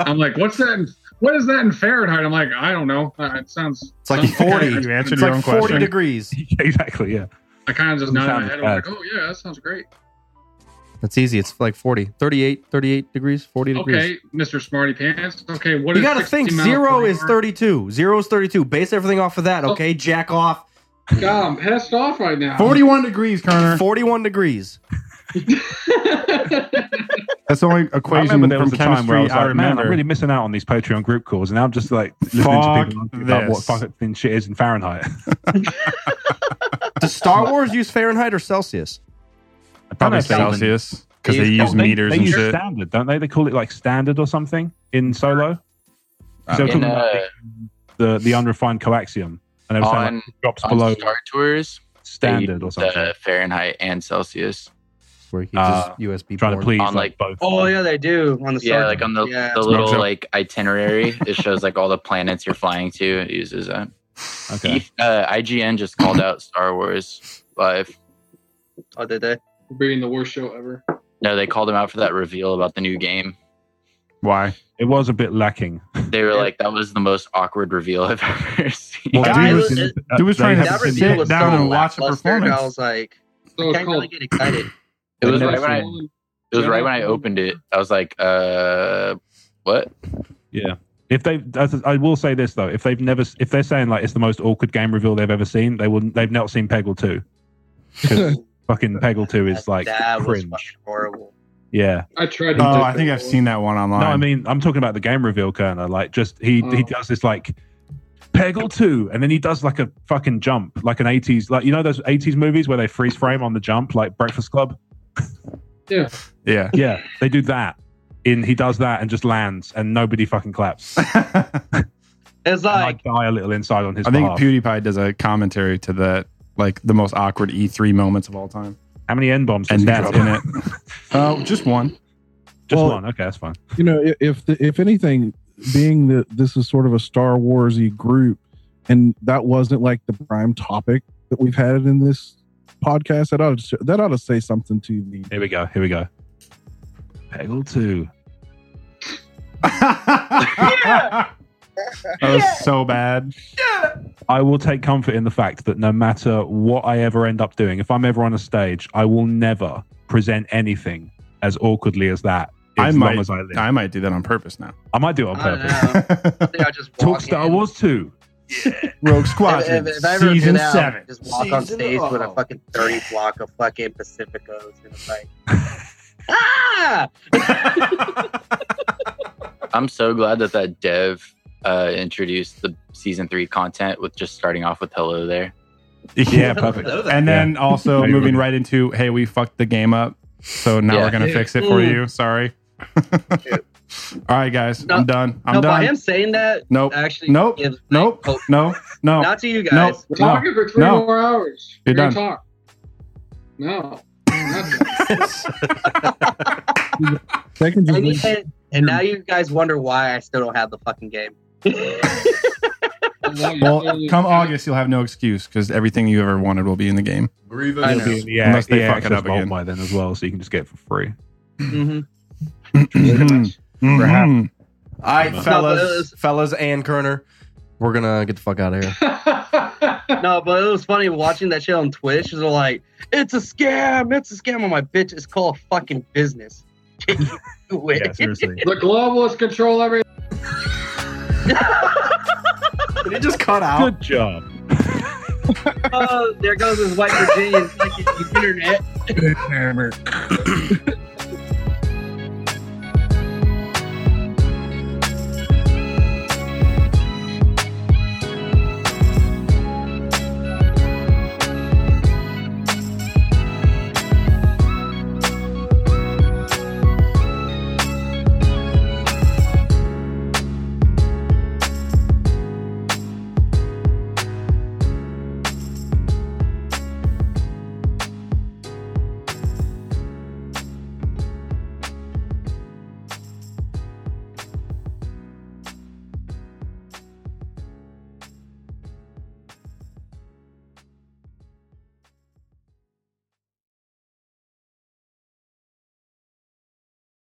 I'm like, "What's that? In, what is that in Fahrenheit?" I'm like, "I don't know. Uh, It sounds It's like sounds 40. I- You answered It's your like own 40 question. degrees. exactly. Yeah. I kind of just nodded my Sounds head. I'm like, bad. "Oh yeah, that sounds great." That's easy. It's like 40, 38, 38 degrees, 40 degrees. Okay, Mr. Smarty Pants. Okay, what you is got to 60 think miles zero per is hour? 32. Zero is 32. Base everything off of that, okay? Jack off. God, I'm pissed off right now. 41 degrees, Kerner. 41 degrees. That's the only I equation remember there from was a time where I chemistry I was like, man, remember. I'm really missing out on these Patreon group calls. And now I'm just like listening Fuck to people argue about what this. fucking shit is in Fahrenheit. Does Star Wars use Fahrenheit or Celsius? Probably Don't know, Kelvin. Celsius because they use Don't they- meters they and use shit. standard, don't they? They call it like standard or something in solo. So they're In, talking about uh, the, the unrefined coaxium. And they were saying on, like, it drops uh, on below Star Tours, standard or something. the Fahrenheit and Celsius. Where he Ah, just USB trying to born. please on, like, like, both. Oh, yeah, they do on the Yeah, Star- like on the, yeah. the little Smokes up. like itinerary, it shows like all the planets you're flying to. It uses that. Okay. If- Uh, IGN just called out Star Wars live. Oh, did they? For being the worst show ever. No, they called him out for that reveal about the new game. Why? It was a bit lacking. They were like, that was the most awkward reveal I've ever seen. Well, Guys, dude was, it- dude was they trying to That have to sit send reveal was so down and watch a lackluster, and I performance. was like, So I it's can't really called. get excited. It was Like, right when I Fallen- it was right when I opened it. I was like, uh, what? Yeah. If they, as- I will say this though, if they've never, if they're saying like it's the most awkward game reveal they've ever seen, they will, they've not seen Peggle Two, because fucking Peggle Two is like that was cringe. fucking horrible. Yeah. I tried. Oh, I think I've seen that one online. No, I mean I'm talking about the game reveal, Kerner. Like just he he Oh. Mm. does this like Peggle Two, and then he does like a fucking jump, like an '80s, like you know those '80s movies where they freeze frame on the jump, like Breakfast Club. Yeah. yeah. Yeah, they do that. In he does that and just lands, and nobody fucking claps. And It's I like, die a little inside on his I think behalf. PewDiePie does a commentary to that, like the most awkward E3 moments of all time, How many n bombs? and that's in it. Oh, just one. Just Well- one. Okay, that's fine. you know i- if the, if anything being that this is sort of a star warsy group and that wasn't like the prime topic that we've had in this podcast that ought to, that ought to say something to the Here we go. Here we go. Peggle two. That was so bad. I will take comfort in the fact that no matter what I ever end up doing, if I'm ever on a stage, I will never present anything as awkwardly as that. I As might, long as I live, I might do that on purpose now. I might do it on I don't purpose. know. I think I just Talk walk Star in. Wars two. Rogue If, Squadron, if, if I ever do season that, I'll seven. just walk on Season- stage with a oh. fucking dirty block of fucking Pacificos and it's like, ah! I'm so glad that that dev uh, introduced the season three content with just starting off with hello there. Yeah, perfect. And then also Maybe we moving can- right into, hey, we fucked the game up, so now Yeah. we're gonna fix it for you. Sorry. All right, guys, No, I'm done. I'm no, done. by him saying that Nope. actually Nope. gives me Nope. hope. No. No. Not to you Nope. guys. We're talking for three No. more hours. You're We're gonna done. Talk. No. they can just And, leave- and- and now you guys wonder why I still don't have the fucking game. Well, come August, you'll have no excuse because everything you ever wanted will be in the game. I know. Yeah, Unless they EA fuck it Access up Vault again. by then as well, so you can just get it for free. hmm Mhm. Mhm. All right, No, fellas, those- fellas, and Kerner, we're gonna get the fuck out of here. August. no, but it was funny watching that shit on Twitch. They're like, "It's a scam! It's a scam!" on my bitch. It's called fucking business. Get you away. Yeah, seriously. The globalists control everything. Did it just cut out? Good job. oh, there goes his white Virginian fucking internet. Hammer.